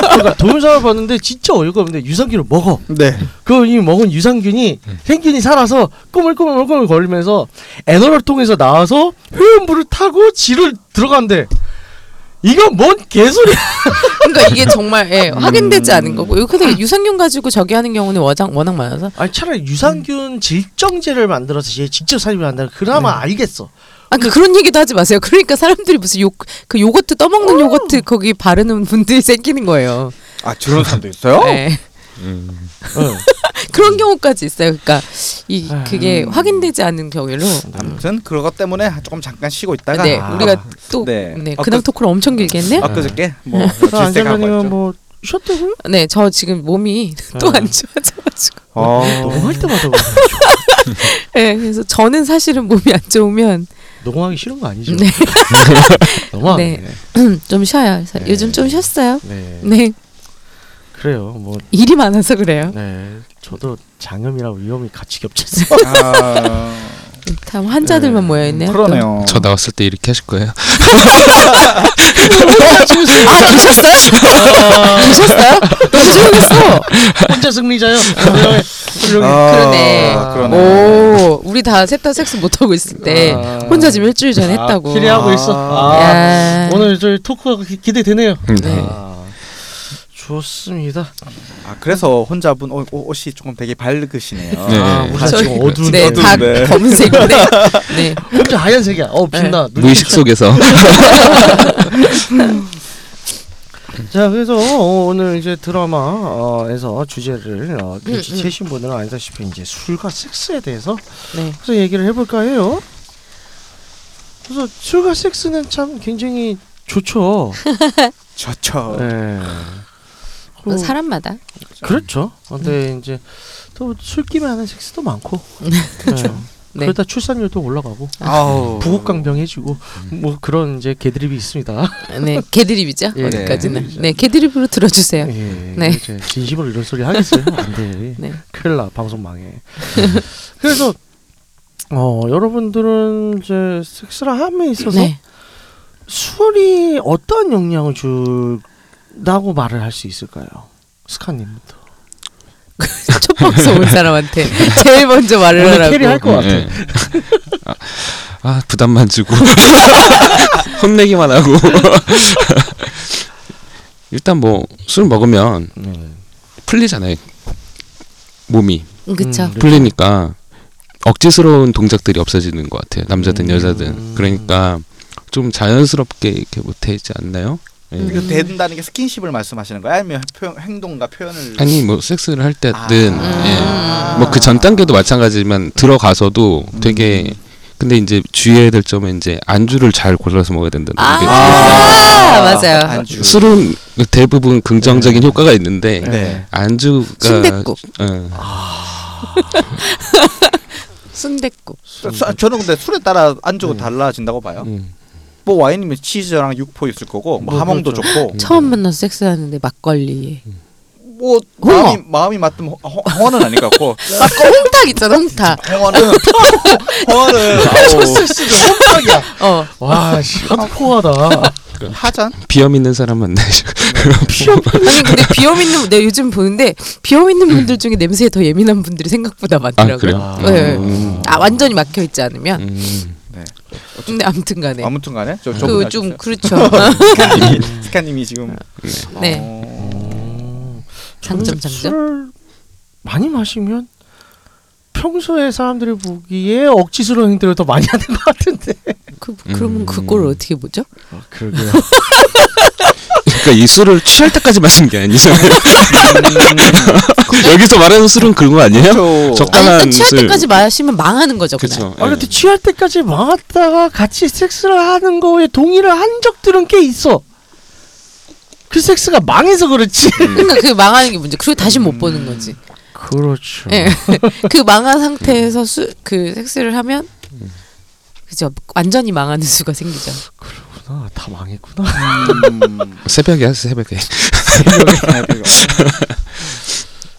E: 그러니까 동영상을 봤는데 진짜 어이가 없는데 유산균을 먹어.
F: 네.
E: 그 이미 먹은 유산균이 생균이 살아서 꼬물꼬물꼬물 걸리면서 애너를 통해서 나와서 회음부를 타고 지를 들어간대. 이건 뭔 개소리야?
D: 그러니까 이게 정말
E: 음.
D: 예, 확인되지 않은 거고 이거 근데 유산균 가지고 저기 하는 경우는 워낙 워낙 많아서
E: 아니 차라리 유산균 음. 네. 질정제를 만들어서 얘 직접 삽입을 한다면 그나마 알겠어.
D: 아, 그 그런 얘기도 하지 마세요. 그러니까 사람들이 무슨 요, 그 요거트 떠먹는
E: 어.
D: 요거트 거기 바르는 분들이 생기는 거예요.
F: 아, 저런 사람도 있어요?
D: 네.
E: 음. 어.
D: 그런 경우까지 있어요. 그러니까 이
E: 아.
D: 그게 확인되지 않은 경우로
F: 아무튼 그것 때문에 조금 잠깐 쉬고 있다가
D: 네,
E: 아. 어,
D: 우리가 또
F: 네.
D: 네.
F: 아,
D: 근황
F: 그-
D: 토크를 엄청 길게 했네요.
F: 엊그저께 뭐
E: 그래서
F: 질색하고
E: 안젤라님은
F: 했죠.
E: 뭐 쉬었다고요?
D: 네, 저 지금 몸이 또 안 좋아져가지고.
F: 어.
E: 녹음할 때마다
D: 네, 그래서 저는 사실은 몸이 안 좋으면
E: 녹음하기 싫은 거 아니죠?
D: 네.
E: 너무
D: 네.
E: 네.
D: 좀 쉬어요. 그래서
E: 네.
D: 요즘 좀 쉬었어요.
E: 네.
D: 네,
E: 그래요. 뭐
D: 일이 많아서 그래요.
E: 네. 저도 장염이랑 위험이 같이 겹쳤어요.
F: 아.
D: 참 환자들만 모여 있네요.
E: 어.
F: 그러네요.
G: 저 나왔을 때 이렇게 하실 거예요?
E: 어?
D: 아, 드셨어요? 드셨어요? 너무 좋았어.
E: 혼자 승리자요.
F: 아,
D: 그러네.
F: 그러네.
D: 오, 우리 다 셋 다 섹스 못 하고 있을 때
E: 아.
D: 혼자 지금 일주일 전에 했다고. 네.
E: 기대하고 네. 있어.
D: 야.
E: 아. 오늘 저희 토크가 기- 기대되네요.
G: 네.
E: 아, 좋습니다.
F: 아, 그래서 혼자분 옷, 옷- 옷이 조금 되게 밝으시네요.
G: 네.
E: 아, 우리가
D: 저희-
E: 지금 어두운
D: 네, 다
F: 네.
D: 검은색인데. 네.
E: 혼자 하얀색이야. 어 빛나. 눈이
G: 네. 무의식 속에서
E: 자 그래서 어, 오늘 이제 드라마에서 주제를 어,
D: 음,
E: 그 지체신 분들은 알다시피 이제 술과 섹스에 대해서
D: 네.
E: 그래서 얘기를 해볼까 해요. 그래서 술과 섹스는 참 굉장히 좋죠.
F: 좋죠.
E: 네.
D: 뭐 사람마다
E: 예. 그렇죠.
D: 음.
E: 근데 이제 또 술김에 하는 섹스도 많고. 그렇죠.
D: 네.
E: 그러다 출산율도 올라가고
F: 아우.
E: 부곡강병해지고 뭐 그런 이제 개드립이 있습니다.
D: 네 개드립이죠
E: 예.
D: 오늘까지는 네 개드립으로 들어주세요.
E: 예,
D: 네.
E: 이제 진심으로 이런 소리 하겠어요? 안 돼.
D: 네.
E: 큰일 나 방송 망해. 그래서 어 여러분들은 이제 섹스를 함에 있어서
D: 네.
E: 술이 어떤 영향을 준다고 말을 할 수 있을까요? 스카님부터.
D: 첫 번째 온 사람한테 제일 먼저 말을
E: 원래
D: 하라고.
E: 캐리 할 것 같아.
G: 예. 아, 아 부담만 주고 혼내기만 하고 일단 뭐 술 먹으면
E: 네.
G: 풀리잖아요 몸이
D: 그쵸.
G: 그러니까
E: 음,
G: 풀리니까 억지스러운 동작들이 없어지는 것 같아요 남자든
E: 음.
G: 여자든 그러니까 좀 자연스럽게 이렇게 못하지 않나요? 예.
F: 이거 대든다는 게 스킨십을 말씀하시는 거예요? 아니면 표현, 행동과 표현을
G: 아니 뭐 섹스를 할 때든
D: 음.
G: 예. 뭐 그 전 단계도 마찬가지지만 들어가서도
D: 음.
G: 되게 근데 이제 주의해야 될 점은 이제 안주를 잘 골라서 먹어야 된다는
D: 아,
G: 게
D: 아, 맞아요.
F: 안주.
G: 술은 대부분 긍정적인 효과가 있는데
E: 네.
G: 안주가
D: 순댓국.
G: 예.
D: 순대국.
F: 저- 아, 저- 저는 근데 술에 따라 안주가 달라진다고 봐요.
G: 음.
F: 뭐 와인이면 치즈랑 육포 있을 거고 뭐
E: 뭐
F: 하몽도
E: 그렇죠.
F: 좋고
D: 처음 만나서 섹스하는데 막걸리.
F: 뭐
D: 홍어.
F: 마음이 마음이 맞으면 허- 허- 홍어는 아닐 것 같고
D: 그 홍탁 있잖아, 홍탁.
F: 홍어는 홍어는
D: 어.
E: 와, 시간 포하다.
F: 아우, 하잔
G: 비염 있는 사람 만나죠.
D: 아니 근데 비염 있는 내가 요즘 보는데 비염 있는 분들 중에 냄새에 더 예민한 분들이 생각보다
G: 아
D: 많더라고요.
G: 그래요?
D: 네.
G: 음.
D: 아 완전히 막혀 있지 않으면.
G: 음.
D: 근데 아무튼간에
F: 아무튼간에 저 저분
D: 네. 그 좀
F: 아셨어요?
D: 그렇죠.
F: 스카님이- 스카님이 지금
D: 네.
F: 어,
E: 음.
D: 장점 장점.
E: 술을 많이 마시면 평소에 사람들이 보기에 억지스러운 행동을 더 많이 하는 것 같은데.
D: 그 그러면
G: 음.
D: 그걸 어떻게 보죠?
E: 그러게요.
G: 그러니까 이 술을 취할 때까지 마신 게 아니잖아요. 여기서 말하는 술은 그런 거 아니에요?
F: 그렇죠.
E: 뭐.
D: 아니
G: 적당한
D: 그러니까 취할
G: 술.
D: 때까지 마시면 망하는 거죠. 그날.
G: 그렇죠.
E: 아 근데 취할 때까지 막았다가 같이 섹스를 하는 거에 동의를 한 적들은 꽤 있어. 그 섹스가 망해서 그렇지.
D: 그러니까 그 망하는 게 문제. 그리고 다시
E: 음.
D: 못 보는 거지.
E: 그렇죠.
D: 예. 그 망한 상태에서 수, 그 섹스를 하면
E: 음.
D: 그죠 완전히 망하는 수가 생기죠.
E: 아, 다 망했구나.
F: 음,
G: 새벽에 하세요. 새벽에.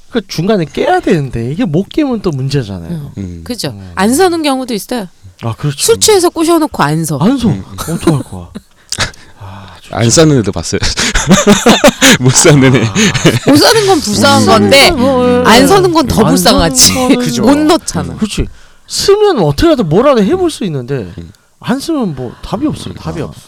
E: 그 중간에 깨야 되는데 이게 못 깨면 또 문제잖아요.
G: 음.
D: 그죠. 안 서는 경우도 있어요.
E: 아 그렇죠.
D: 술 취해서 음. 꼬셔놓고 안 서.
E: 안소 어떡할 거야. 아, 좋지.
G: 안 싸는 애도 봤어요. 못 싸는 애.
D: 못 서는 건 불쌍한 건데
E: 뭐,
D: 안 서는 건 더
E: 네. 안
D: 불쌍하지.
E: 서는 음. 거는
D: 못 넣잖아.
E: 네, 그렇지. 쓰면 어떻게라도 뭐라도 해볼 수 있는데
D: 음.
E: 안 쓰면 뭐 답이 없어요.
D: 그러니까.
E: 답이 없어.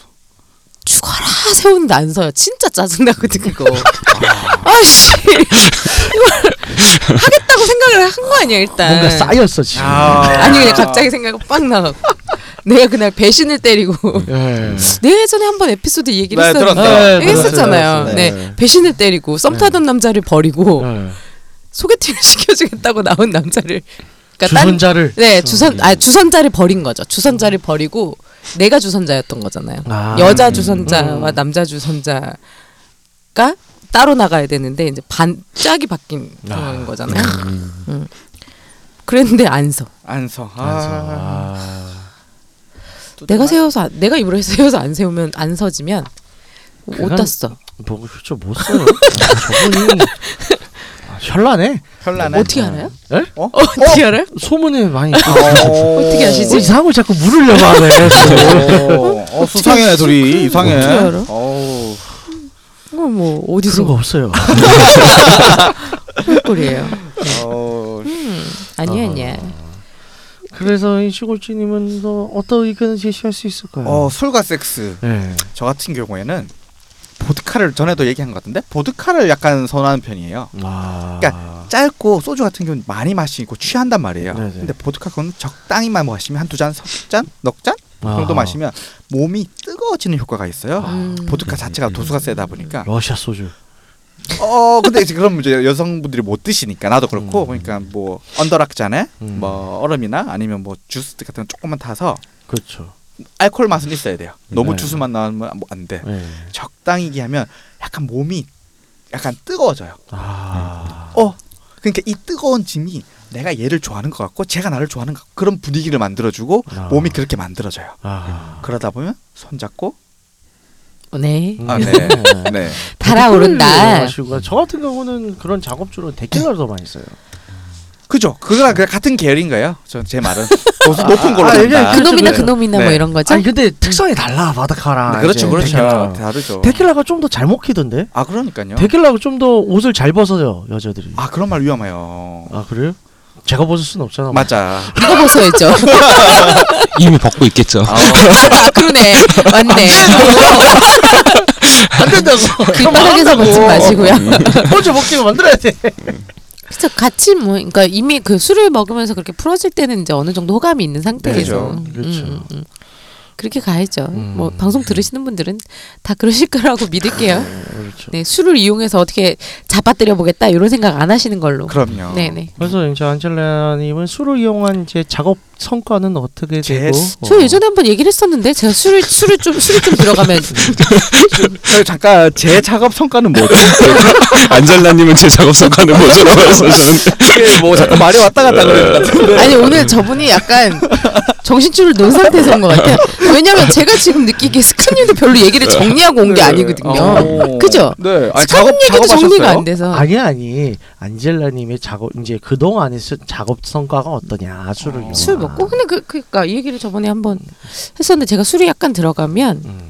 D: 죽어라 세우는데 안 서요. 진짜 짜증나거든 그거. 아씨 이걸 하겠다고 생각을 한 거 아니야 일단.
E: 뭔가 쌓였어 지금.
D: 네. 아니 그냥 갑자기 생각이 빵 나가고 내가 그날 배신을 때리고
E: 예.
D: 내가 예전에 한번 에피소드 얘기를
F: 네,
D: 했었는데
F: 들었어요.
E: 네,
D: 했었잖아요.
E: 들었어요.
D: 네,
E: 네.
D: 배신을 때리고 썸 타던 남자를 버리고
E: 예.
D: 소개팅을 시켜주겠다고 나온 남자를 그러니까 딴
E: 주선자를
D: 네 주선 아 주선자를 버린 거죠 주선자를 버리고 내가 주선자였던 거잖아요
E: 아,
D: 여자 주선자와 남자 주선자가 따로 나가야 되는데 이제 반짝이 바뀐 상황인 거잖아요 음. 그랬는데 안서
F: 안서 아, 또
D: 내가 세워서 안- 내가 입으로 세워서 안 세우면 안 서지면 못
E: 그건-
D: 땄어
E: 뭐 그렇죠 못 써요. 아, 저분이 아, 현란해.
F: 현란해
D: 어떻게 알아요?
E: 예?
F: 어?
D: 네. 어, 어떻게 알아요?
E: 소문에 많이.
F: 어떻게
D: 어떻게 아시지?
E: 뭐 이상한 걸 자꾸 물으려고 하네.
F: 어, 어, 수상해 둘이 이상해.
D: 어떻게 알아?
F: 어우,
D: 어, 뭐
E: 그런 거
D: 어디서
E: 없어요.
D: 할 꼴이에요?
F: 어,
D: 음,
E: 어.
D: 아니야 아니야
E: 그래서 이 시골주님은 또 어떤 의견을 제시할 수 있을까요?
F: 어, 술과 섹스.
E: 예.
F: 저 같은 경우에는 보드카를 전에도 얘기한 것 같은데 보드카를 약간 선호하는 편이에요.
E: 아.
F: 그러니까 짧고 소주 같은 경우는 많이 마시고 취한단 말이에요.
E: 네네.
F: 근데 보드카 그건 적당히만 마시면 한 두 잔, 석잔, 넉잔
E: 아.
F: 정도 마시면 몸이 뜨거워지는 효과가 있어요.
D: 음.
F: 보드카 자체가 도수가 세다 보니까.
E: 러시아 소주.
F: 어, 근데 이제 그런 문제 여성분들이 못 드시니까 나도 그렇고 그러니까 뭐 언더락잔에
E: 음.
F: 뭐 얼음이나 아니면 뭐 주스 같은 거 조금만 타서
E: 그렇죠.
F: 알코올 맛은 있어야 돼요. 너무
E: 네.
F: 주스만 나오면 뭐안 돼.
E: 예.
F: 적당히게 하면 약간 몸이 약간 뜨거워져요.
E: 아.
F: 어, 그러니까 이 뜨거운 짐이 내가 얘를 좋아하는 것 같고 제가 나를 좋아하는 것 같고 그런 분위기를 만들어주고
E: 아.
F: 몸이 그렇게 만들어져요.
E: 아.
F: 그러다 보면 손잡고
D: 네.
E: 음.
F: 아, 네. 네.
D: 달아오른다.
E: 마시고. 저 같은 경우는 그런 작업주로 데킬라를 더 많이 써요.
F: 그죠? 그거랑 그냥 같은 계열인 거예요. 저 제 말은 높- 높은 걸로
E: 아,
F: 간다.
E: 이게
D: 그놈이나
E: 그렇죠.
D: 그놈이나 뭐
F: 네.
D: 이런 거죠?
E: 아니 근데 특성이 달라 바닷카랑.
F: 네, 그렇죠,
E: 이제
F: 그렇죠.
E: 데킬라.
F: 다르죠.
E: 데킬라가 좀 더 잘 먹히던데.
F: 아 그러니까요.
E: 데킬라가 좀 더 옷을 잘 벗어요 여자들이.
F: 아 그런 말 위험해요.
E: 아 그래요? 제가 벗을 수는 없잖아.
F: 맞아.
D: 이거 벗어야죠.
G: 이미 벗고 있겠죠.
F: 아,
D: 아 그러네. 맞네.
E: 안 된다고.
D: 길바닥에서 벗지 마시고요.
E: 혼자 먹기로 만들어야 돼.
F: 그렇죠.
D: 그래서 같이 뭐 그러니까 이미 그 술을 먹으면서 그렇게 풀어질 때는 이제 어느 정도 호감이 있는 상태에서
E: 그렇죠. 그렇죠.
D: 음. 그렇게 가야죠.
E: 음.
D: 뭐 방송 들으시는 분들은 다 그러실 거라고 믿을게요.
E: 그렇죠.
D: 네, 술을 이용해서 어떻게 잡아뜨려 보겠다 이런 생각 안 하시는 걸로.
F: 그럼요.
D: 네네.
E: 그래서 이제 안젤라님은 술을 이용한 제 작업 성과는 어떻게
F: 제
E: 되고?
F: 스-
D: 저 예전에 한번 얘기를 했었는데 제가 술을 술을 좀 술이 좀 들어가면
F: 저 잠깐 제 작업 성과는 뭐죠?
G: 안젤라님은 제 작업 성과는 뭐죠? 라고 말씀하셨는데
F: 이게 뭐 자꾸 말이 왔다 그러니까 갔다 그래요.
D: 아니 오늘 저분이 약간 정신줄을 놓은 상태에서 온 것 같아요. 왜냐면 제가 지금 느끼기에 스카님도 별로 얘기를 정리하고 온 게 아니거든요. 그죠?
F: 네. 아니,
D: 스카님
F: 작업
D: 얘기도
F: 작업하셨어요?
D: 정리가 안 돼서.
E: 아니 아니 안젤라님의 작업 이제 그 동안 했을 작업 성과가 어떠냐 술을 이용한.
D: 술 먹고 근데 그 그니까 이 얘기를 저번에 한번 했었는데 제가 술이 약간 들어가면
E: 음,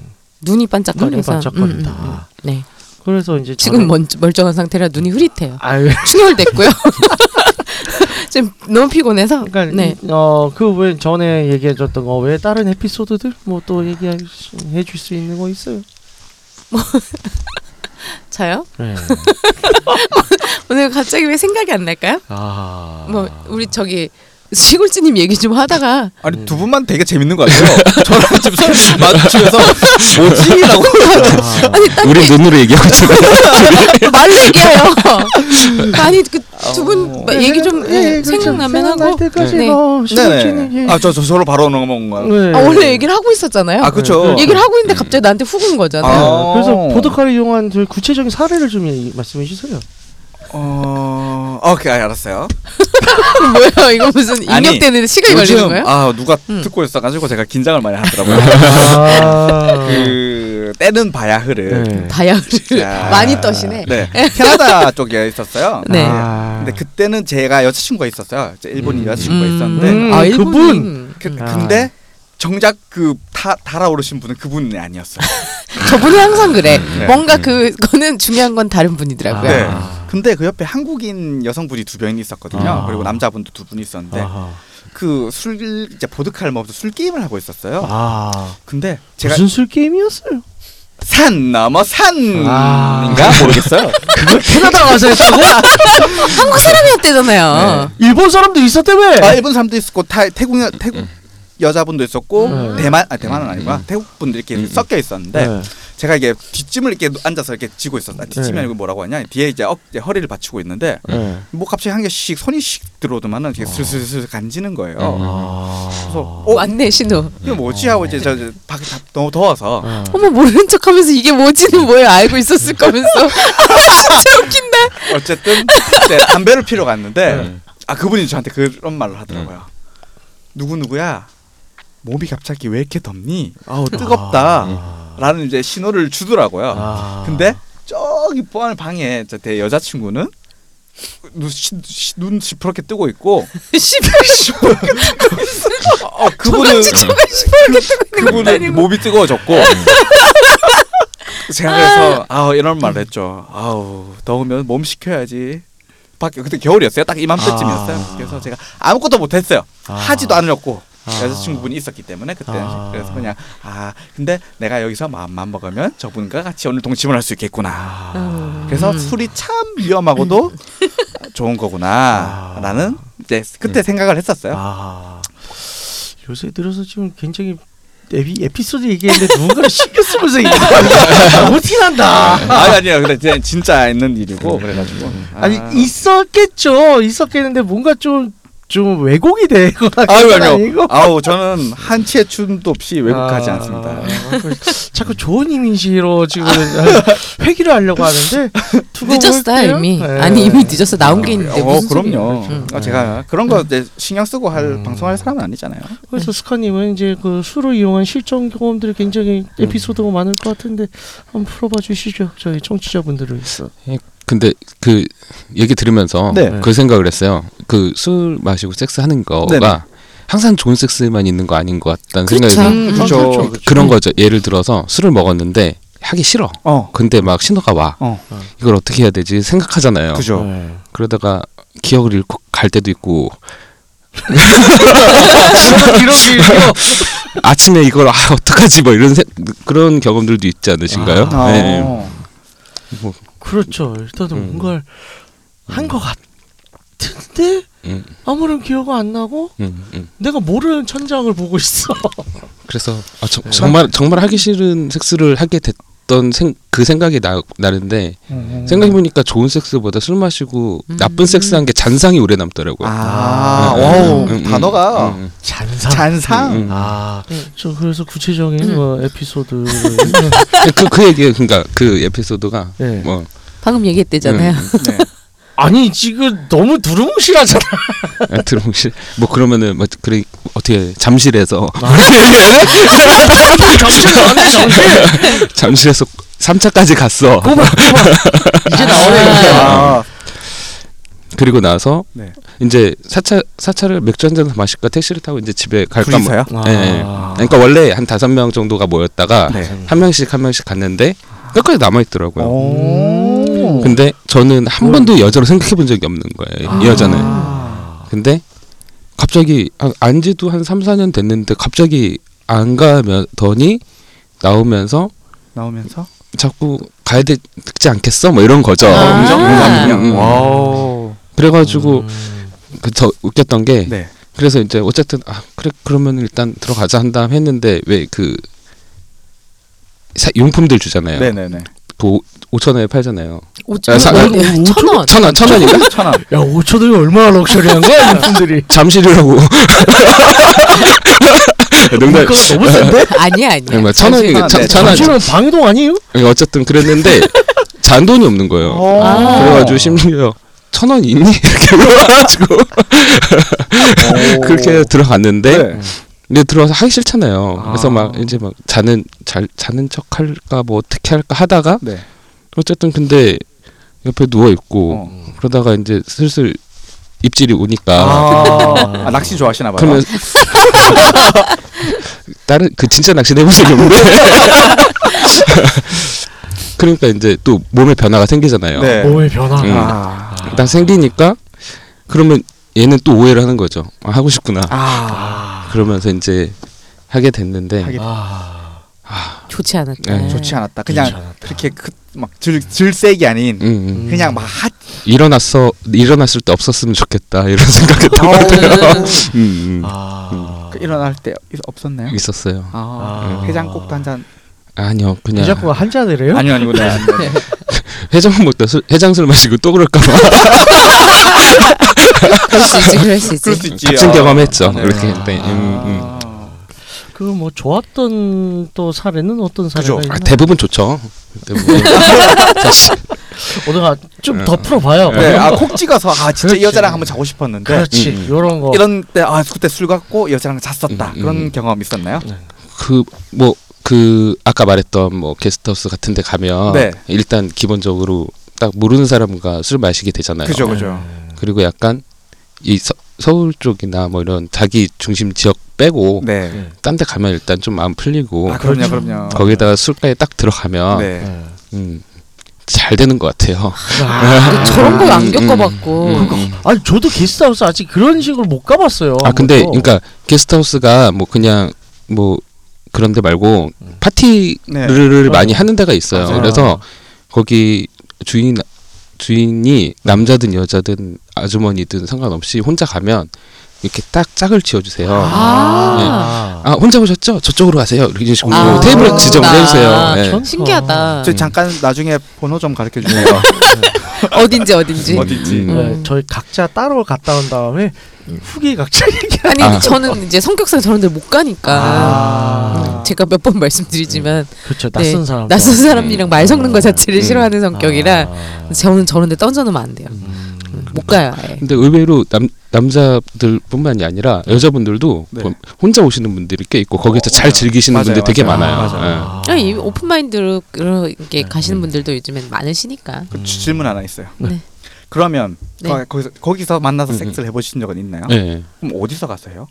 D: 눈이
E: 눈이
D: 반짝거려서
E: 반짝거린다.
D: 음, 음, 음. 네
E: 그래서 이제
D: 지금 뭐-
E: 저는-
D: 멀, 멀쩡한 상태라 눈이 흐릿해요
E: 아유
D: 충혈됐고요 지금 너무 피곤해서
E: 그러니까
D: 네
E: 어그왜 전에 얘기해줬던 거 왜 다른 에피소드들 뭐 또 얘기해줄 수 있는 거 있어요?
D: 저요
E: 네.
D: 오늘 갑자기 왜 생각이 안 날까요
E: 아.
D: 뭐 우리 저기 시골지님 얘기 좀 하다가
F: 아니 두 분만 되게 재밌는 것 같아요. 저랑 지금 손 마주치면서
D: 아,
F: 뭐지라고.
D: 아니 딱
G: 우리 눈으로 얘기하고 있잖아요.
D: 말로 얘기해요 아니 그 두 분
F: 어.
D: 얘기 좀 네, 생각나면 하고
E: 그렇죠. 때까지
D: 네.
E: 뭐
F: 네네.
E: 시골지는
F: 아저 저, 서로 바로 넘어온 거야.
E: 네.
D: 아, 원래 얘기를 하고 있었잖아요
F: 아 그렇죠.
D: 네. 얘기를 하고 있는데 갑자기 나한테 훅 온 거잖아요
E: 네.
F: 아.
E: 그래서 보드카를 이용한 그 구체적인 사례를 좀 얘기- 말씀해 주세요.
F: 어. 오케이 알았어요.
D: 뭐야 이거 무슨
F: 아니,
D: 입력되는데 시간이 걸리는 거예요?
F: 아 누가
D: 음.
F: 듣고 있어가지고 제가 긴장을 많이 하더라고요.
E: 아.
F: 그 때는 봐야 흐를.
E: 네.
D: 다이아를
F: 야.
D: 그 많이 떠시네.
F: 네. 캐나다 쪽에 있었어요.
D: 네.
E: 아.
F: 근데 그때는 제가 여자친구가 있었어요. 제 일본인
E: 음.
F: 여자친구가 있었는데
E: 음.
F: 아,
E: 그
D: 일본인.
F: 그,
E: 아.
F: 근데 정작 그 타, 달아오르신 분은 그분이 아니었어요.
D: 저분이 항상 그래.
F: 네.
D: 뭔가 그거는 중요한 건 다른 분이더라고요.
F: 네.
E: 아.
F: 근데 그 옆에 한국인 여성분이 두 명이 있었거든요.
E: 아.
F: 그리고 남자분도 두 분이 있었는데
E: 아하.
F: 그 술 이제 보드카를 먹어서 술 게임을 하고 있었어요.
E: 아.
F: 근데 제가
E: 무슨 술 게임이었어요?
F: 산 넘어
E: 아.
F: 산인가 모르겠어요.
E: 그걸 캐나다 가서 했다고?
D: 한국 사람이었대잖아요.
F: 네.
E: 일본 사람도 있었다며?
F: 아, 일본 사람도 있었고 타, 태국 여- 태국 여자분도 있었고
E: 네.
F: 대만 아 대만은 아니구나 태국 분들 이렇게 섞여 있었는데 제가 이게 뒷짐을 이렇게 앉아서 이렇게 지고 있었어요. 아, 뒷짐이
E: 네.
F: 아니고 뭐라고 하냐 뒤에 이제 어, 이제 허리를 받치고 있는데
E: 네.
F: 뭐 갑자기 한 개씩 손이 씩 들어오더만은 이렇게 슬슬슬 간지는 거예요. 그래서 어
D: 왔네 신호.
F: 이거 뭐지 하고
E: 네.
F: 이제 저 저- 밖에 다- 너무 더워서
D: 어머 모르는 척하면서 이게 뭐지는 뭐야 알고 있었을 거면서. 아, 진짜 웃긴다.
F: 어쨌든 이제 담배를 피러 갔는데 아 그분이 저한테 그런 말을 하더라고요. 누구 누구야 몸이 갑자기 왜 이렇게 덥니? 아우 뜨겁다라는 이제 신호를 주더라고요.
E: 아.
F: 근데 저기 뻔한 방에 저 대 여자친구는 눈, 시, 시, 눈 시퍼렇게 뜨고 있고 어, 그분은 그분은 몸이 뜨거워졌고 제가 그래서 아 이런 말을 했죠. 아우 더우면 몸 식혀야지. 밖에 그때 겨울이었어요. 딱 이맘때쯤이었어요.
E: 아.
F: 그래서 제가 아무것도 못했어요.
E: 아.
F: 하지도 않으렸고
E: 아.
F: 여자친구분이 있었기 때문에 그때
E: 아.
F: 는 그래서 그냥 아 근데 내가 여기서 마음만 먹으면 저분과 같이 오늘 동침을 할 수 있겠구나. 그래서
E: 음.
F: 술이 참 위험하고도 좋은
E: 아. 음.
F: 거구나라는 이제 그때 생각을 했었어요.
E: 아. 요새 들어서 지금 굉장히 에피, 에피소드 얘기했는데 누군가를 신경 쓰면서 얘기하니까 어티 난다.
F: 아니 아니요 근데 진짜- 음.
E: 아,
F: 진짜 있는 일이고 그래가지고
E: 아니 있었겠죠. 있었겠는데 뭔가 좀 좀 왜곡이 되거나
F: 아유
E: 그런 건
F: 아니요.
E: 아니고?
F: 아우 저는 한치의 춤도 없이 왜곡하지
E: 아,
F: 않습니다.
E: 자꾸 좋은 이미지로 지금 회기를 하려고 하는데 두고
D: 늦었어
E: 볼게요.
D: 이미.
E: 네.
D: 아니 이미 늦었어 나온 게 있는데
F: 어
D: 무슨 소리야.
F: 그럼요.
D: 음.
F: 어, 제가 그런 거 이제 신경 쓰고 할
E: 음.
F: 방송할 사람은 아니잖아요.
E: 그래서 스카님은 이제 그 술을 이용한 실전 경험들이 굉장히
F: 음.
E: 에피소드가 많을 것 같은데 한번 풀어봐 주시죠 저희 청취자분들을 있어.
G: 근데 그 얘기 들으면서
F: 네.
G: 그 생각을 했어요. 그 술 마시고 섹스하는 거가
F: 네네.
G: 항상 좋은 섹스만 있는 거 아닌 것 같다는
D: 그렇죠.
G: 생각이
F: 음,
E: 아,
F: 그렇죠.
E: 그렇죠.
G: 들 그런 거죠. 예를 들어서 술을 먹었는데 하기 싫어.
F: 어.
G: 근데 막 신호가 와.
F: 어.
G: 이걸 어떻게 해야 되지 생각하잖아요.
F: 그죠.
E: 네.
G: 그러다가 기억을 잃고 갈 때도 있고
E: 기록이 있고
G: 아침에 이걸 아 어떡하지 뭐 이런 세, 그런 경험들도 있지 않으신가요?
F: 아.
G: 네.
E: 어. 그렇죠. 일단은
G: 음.
E: 뭔가를 한 것 같은데
G: 음,
E: 아무런 기억 안 나고
G: 음, 음.
E: 내가 모르는 천장을 보고 있어.
G: 그래서 아, 저, 정말 정말 하기 싫은 섹스를 하게 됐던 생, 그 생각이 나, 나는데
E: 음.
G: 생각해 보니까 좋은 섹스보다 술 마시고 나쁜 섹스한 게 잔상이 오래 남더라고요.
F: 아,
G: 음,
F: 와우.
G: 음, 음,
F: 단어가
G: 음, 음.
E: 잔상.
F: 잔상.
G: 음, 음.
E: 아, 저 그래서 구체적인 뭐 에피소드를
G: 그, 그 얘기 그러니까 그 에피소드가
E: 네.
G: 뭐
D: 방금 얘기했대잖아요.
F: 네.
E: 아니 지금 너무 두루뭉실하잖아.
G: 드롱실 뭐 그러면은 뭐 그래 어떻게 잠실에서
F: 아, 네,
E: 잠실 나왔네 잠실.
G: 잠실에서 3차까지 갔어.
E: 이제
F: 아,
G: 그리고 나서
F: 네.
G: 이제 사차 사차를 맥주 한잔 마실까 택시를 타고 이제 집에 갈까 뭐.
F: 둘이서요? 아.
G: 예, 예. 그러니까 원래 한 다섯 명 정도가 모였다가
F: 네.
G: 한 명씩 한 명씩 갔는데 끝까지 남아 있더라고요. 음. 그
F: 오.
G: 근데 저는 한 번도 여자로 생각해 본 적이 없는 거예요.
F: 아.
G: 이 여자는. 근데 갑자기 한- 안 지도 한 3, 4년 됐는데 갑자기 안 가더니 나오면서
F: 나오면서
G: 자꾸 가야 되지 않겠어? 뭐 이런 거죠.
D: 아.
G: 음, 음.
F: 와우. 음.
G: 그래가지고 그 더 웃겼던 게
F: 네.
G: 그래서 이제 어쨌든 아 그래 그러면 일단 들어가자 한 다음 했는데 왜 그 용품들 주잖아요.
F: 네, 네, 네.
G: 그 5천 원에 팔잖아요.
D: 오천
G: 아, 사-
D: 원,
E: 오-
D: 천 원.
G: 천 원, 천 원인가?
F: 천원.
E: 야 5초 들이 얼마나 럭셔리한 거야 이분들이.
G: 잠실이라고. 네, 농담.
E: 그건 그러니까 너무
G: 네.
E: 센데?
D: 아니야 아니야.
G: 정말 그러니까 천 원이
F: 잠실. 네,
G: 천 원.
E: 잠실은 방해동 아니에요?
G: 네, 어쨌든 그랬는데 잔 돈이 없는 거예요.
E: 어.
F: 아.
G: 어. 그래가지고 심지어 천 원 있니? 이렇게 물어가지고 그렇게 들어갔는데
F: 네.
G: 근데 들어와서 하기 싫잖아요.
E: 아.
G: 그래서 막 이제 막 자는 잘 자는 척 할까 뭐 어떻게 할까 하다가
F: 네.
G: 어쨌든 근데 옆에 누워 있고
F: 어.
G: 그러다가 이제 슬슬 입질이 오니까
F: 아, 아, 낚시 좋아하시나 봐요.
G: 그러면 다른 그 진짜 낚시는 해보신 건데 그러니까 이제 또 몸에 변화가 생기잖아요.
F: 네.
E: 몸의 변화.
G: 음.
F: 아.
G: 딱 생기니까 그러면 얘는 또 오해를 하는 거죠. 아, 하고 싶구나.
F: 아.
G: 그러면서 이제 하게 됐는데
F: 하게
E: 아,
D: 좋지 않았다.
G: 네,
F: 좋지 않았다. 그냥 그렇게 그막질 질색이 아닌
G: 음, 음.
F: 그냥 막 핫.
G: 일어났어 일어났을 때 없었으면 좋겠다 이런
F: 어,
G: 생각했던 것
F: 네.
G: 같아요. 음, 음.
E: 아.
F: 그 일어날 때 없었나요?
G: 있었어요.
F: 아.
E: 아.
F: 해장국도 한 잔.
G: 아니요
E: 왜
G: 그냥
E: 자꾸 한잔이래요?
F: 아니요, 아니고 네. 네.
G: 해장 먹다 술, 해장술 마시고 또 그럴까봐
F: 아,
D: 그럴 수 있지 그럴 수 있지.
F: 그럴 수 있지.
G: 값진
F: 아.
G: 경험했죠.
F: 네.
G: 이렇게 네, 음, 음.
F: 아.
E: 그 뭐 좋았던 또 사례는 어떤 사례가
F: 그죠.
E: 있나?
G: 아, 대부분 좋죠. 대부분.
E: 오늘가 좀 더 풀어봐요.
F: 네, 아, 콕 찍어서 아 진짜
G: 그렇죠.
E: 그렇지.
F: 이 여자랑 한번 자고 싶었는데
E: 그렇지.
G: 음, 음.
E: 이런 거.
F: 이런 때 아 그때 술 갖고 여자랑 잤었다
G: 음, 음.
F: 그런 경험 있었나요?
G: 그 뭐 그 아까 말했던 뭐 게스트하우스 같은데 가면
F: 네.
G: 일단 기본적으로 딱 모르는 사람과 술 마시게 되잖아요.
F: 그죠, 그죠.
G: 그리고 약간 이 서, 서울 쪽이나 뭐 이런 자기 중심 지역 빼고
F: 네.
G: 딴 데 가면 일단 좀 마음 풀리고
F: 아 그럼요, 그럼요.
G: 거기다가 술가에 딱 들어가면
F: 네.
G: 음, 잘 되는 것 같아요.
D: 근데 저런 걸 안
G: 음,
D: 겪어봤고
G: 음, 음.
E: 아니 저도 게스트하우스 아직 그런 식으로 못 가봤어요.
G: 아
E: 한
G: 근데
F: 뭐
E: 번도.
G: 그러니까 게스트하우스가 뭐 그냥 뭐 그런 데 말고 파티를
F: 네.
G: 많이 하는 데가 있어요.
E: 맞아요.
G: 그래서 거기 주인 주인이 남자든 여자든 아주머니든 상관없이 혼자 가면 이렇게 딱 짝을 지어주세요.
D: 아.
G: 네. 아 혼자 오셨죠? 저쪽으로 가세요. 이런 식으로
D: 아,
G: 뭐 테이블 지정을
D: 그렇구나.
F: 아,
G: 해주세요. 예.
E: 전-
D: 신기하다.
F: 저희 잠깐 나중에 번호 좀 가르쳐
G: 네.
F: 주세요.
D: 어딘지 어딘지.
F: 어디지?
G: 음.
E: 네, 저희 각자 따로 갔다 온 다음에 후기 각자 얘기.
D: 아니
G: 아.
D: 저는 이제 성격상 저런 데 못 가니까 음,
E: 아,
D: 제가 몇 번 말씀드리지만
E: 그렇죠.
D: 네,
E: 낯선 사람.
D: 낯선 사람이랑 말 섞는 거 자체를
G: 음.
D: 싫어하는 성격이라
E: 아.
D: 저는 저런 데 던져놓으면 안 돼요.
F: 음.
D: 음, 못 가요. 아예.
G: 근데 의외로 남 남자들뿐만이 아니라 여자분들도
F: 네.
G: 보- 혼자 오시는 분들이 꽤 있고 거기서
F: 어,
G: 잘
F: 맞아요.
G: 즐기시는
F: 맞아요,
G: 분들 되게
F: 맞아요.
G: 많아요.
F: 맞아요. 네. 음.
G: 예.
D: 아니, 이 오픈 마인드로 그렇게 가시는 분들도 요즘엔
G: 음.
D: 많으시니까.
F: 그 주- 질문 하나 있어요.
D: 네.
F: 그러면
D: 네.
F: 거- 거기서 거기서 만나서
G: 음,
F: 섹스를 해보신 적은 있나요?
G: 예.
F: 그럼 어디서 가세요?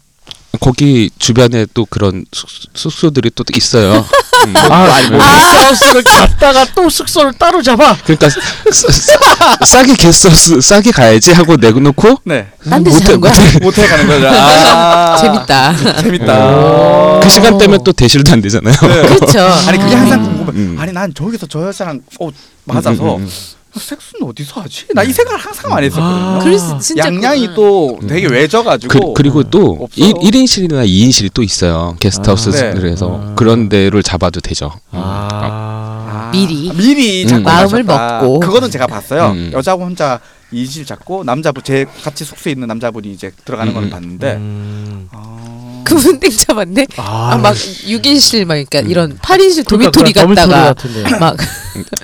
G: 거기 주변에 또 그런 숙- 숙소들이 또 있어요. 음.
E: 아, 아니, 뭐 게스트하우스를 갔다가 또 숙소를 따로 잡아.
G: 그러니까 싸, 싸, 싸게 게스트하우스 싸게 가야지 하고 내놓고
F: 네.
D: 딴 데서
G: 모텔-
D: 자는 거야?
F: 모텔 가는 거죠. 아~
D: 재밌다.
F: 재밌다.
G: 그 시간 되면 또 대실도 안 되잖아요.
F: 네,
D: 그렇죠.
F: 아니 그게 항상 궁금해.
G: 음.
F: 아니 난 저기서 저 여자랑 어, 맞아서
G: 음, 음,
F: 섹스는 어디서 하지? 나 이 생각을 항상 안 했었거든요.
D: 아, 그래서 진짜
F: 양양이
D: 그거는-
F: 또 되게
G: 그,
F: 외져가지고 네,
G: 그리고 또
F: 없어요.
G: 1, 인실이나 2인실이 또 있어요.
F: 아, 네.
G: 게스트하우스에서
E: 아.
G: 그런 데를 잡아도 되죠.
E: 아.
F: 아,
D: 미리.
F: 미리 자꾸
G: 음.
D: 마음을
F: 가셨다.
D: 먹고.
F: 그거는 제가 봤어요.
G: 음.
F: 여자분 혼자 이실 잡고 남자분 제 같이 숙소에 있는 남자분이 이제 들어가는
G: 음.
F: 걸 봤는데
E: 음.
F: 아,
D: 그분 땡 잡았네.
E: 아,
D: 아, 막 6인실 막 그러니까 이런 8인실
E: 그러니까
D: 도미토리
E: 그런 도미토리
D: 갔다가
E: 같은데.
D: 막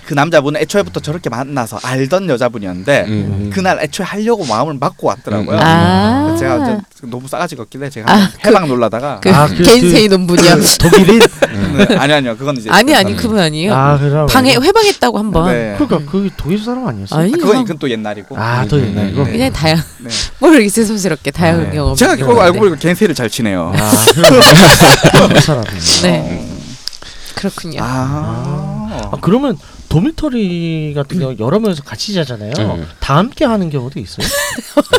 F: 그 남자분은 애초에부터 저렇게 만나서 알던 여자분이었는데
G: 음.
F: 그날 애초에 하려고 마음을 막고 왔더라고요.
G: 음.
D: 아.
F: 제가 이제 너무 싸가지 없길래 제가
D: 아,
F: 한번 해방 놀라다가
D: 그
E: 아, 그-
D: 겐세이 논문이야.
E: 독일인.
F: 네, 아니 아니요 그건 이제
D: 아니 아니
F: 다른-
D: 그분 아니에요.
E: 아, 그럼
D: 방해 회방했다고 한번.
F: 네.
E: 그러니까 그 독일 사람 아니었어?
D: 아니
F: 그건 이건 또 옛날이고
E: 아, 더
G: 네,
E: 옛날 이거.
D: 그냥 다양
F: 네.
D: 뭘 이렇게 새삼스럽게 다양한
E: 네.
D: 경험.
F: 제가 그거 알고 보니까 겐세를 잘
E: 아,
F: 치네요.
E: 그럼 그 사람.
D: 네
F: 어.
D: 그렇군요.
F: 아.
E: 아, 그러면 도미토리 같은 경우 여러 명이서 같이 자잖아요.
G: 네.
E: 다 함께 하는 경우도 있어요.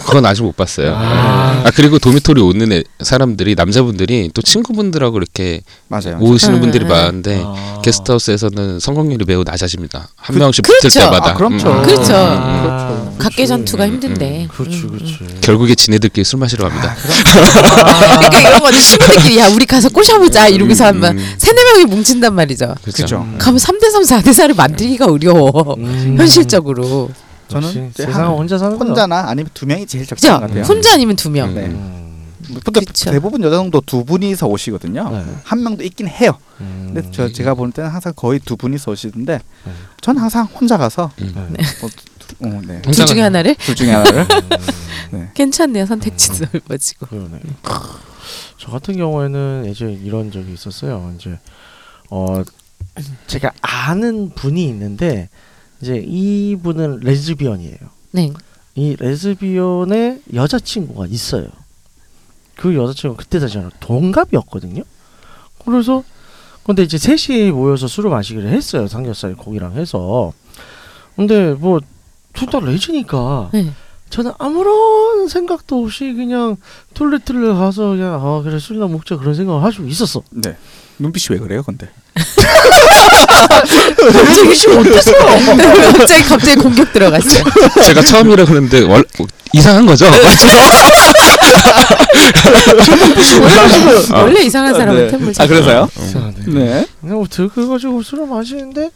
G: 그건 아직 못 봤어요.
E: 아.
G: 아, 그리고 도미토리 오는 애, 사람들이 남자분들이 또 친구분들하고 이렇게
F: 맞아요. 네.
G: 오시는
D: 음,
G: 분들이
D: 음.
G: 많은데
E: 아.
G: 네, 게스트하우스에서는 성공률이 매우 낮아집니다. 한
F: 어. 그-
G: 명씩
D: 그렇죠.
G: 붙을 때마다.
F: 아, 그럼죠.
G: 음.
D: 그렇죠.
E: 아,
D: 각계 전투가
G: 음,
D: 힘든데.
E: 그렇지,
D: 음.
E: 그렇지.
G: 결국에 지네들끼리 술 마시러
F: 아,
G: 갑니다.
D: 그러니까 이런 거는 친구들끼리 야 우리 가서 꼬셔보자 이러고서 한번
G: 음.
D: 세네 명이 뭉친단 말이죠.
G: 그렇죠.
F: 그죠.
D: 가면 3대 3, 4대 4를 만들기가 어려워.
E: 음.
D: 현실적으로.
E: 역시
F: 저는 이제
E: 세상
F: 한-
E: 혼자 사는 거야.
F: 혼자나 아니면 두 명이 제일 적당한
D: 그죠?
F: 것 같아요.
D: 혼자 아니면 두 명.
F: 네.
E: 음.
F: 근데
D: 그쵸.
F: 대부분 여성도 두 분이서 오시거든요.
E: 네.
F: 한 명도 있긴 해요.
E: 음.
F: 근데 저 제가 보는 때는 항상 거의 두 분이서 오시는데
E: 네.
F: 전 항상 혼자 가서
E: 네.
F: 뭐 두, 어, 네.
G: 음.
D: 둘 중에 하나를
F: 둘 중에 하나를
D: 괜찮네요.
F: 음.
D: 선택지 넓어지고.
E: 그러네. 저 같은 경우에는 예전에 이런 적이 있었어요. 이제 어 제가 아는 분이 있는데 이제 이 분은 레즈비언이에요.
D: 네.
E: 이 레즈비언의 여자친구가 있어요. 그 여자친구가 그때 다시 말하면 동갑이었거든요. 그래서 근데 이제 셋이 모여서 술을 마시기로 했어요. 삼겹살 고기랑 해서. 근데 뭐둘다 레즈니까
D: 네.
E: 저는 아무런 생각도 없이 그냥 툴레툴레 가서 그냥 아 그래 술이나 먹자 그런 생각을 하고 있었어.
F: 네. 눈빛이 왜 그래요, 근데?
E: 레즈씨
F: 음.
E: 어땠어?
D: 네, 갑자기 갑자기 공격 들어갔어요. 네.
G: 제가 처음이라 그러는데 월, 뭐, 이상한 거죠.
D: 원래 이상한 사람한테 물.
F: 아, 그래서요?
E: 이상하네.
F: 네.
E: 그냥 뭐 들그가지고 술을 마시는데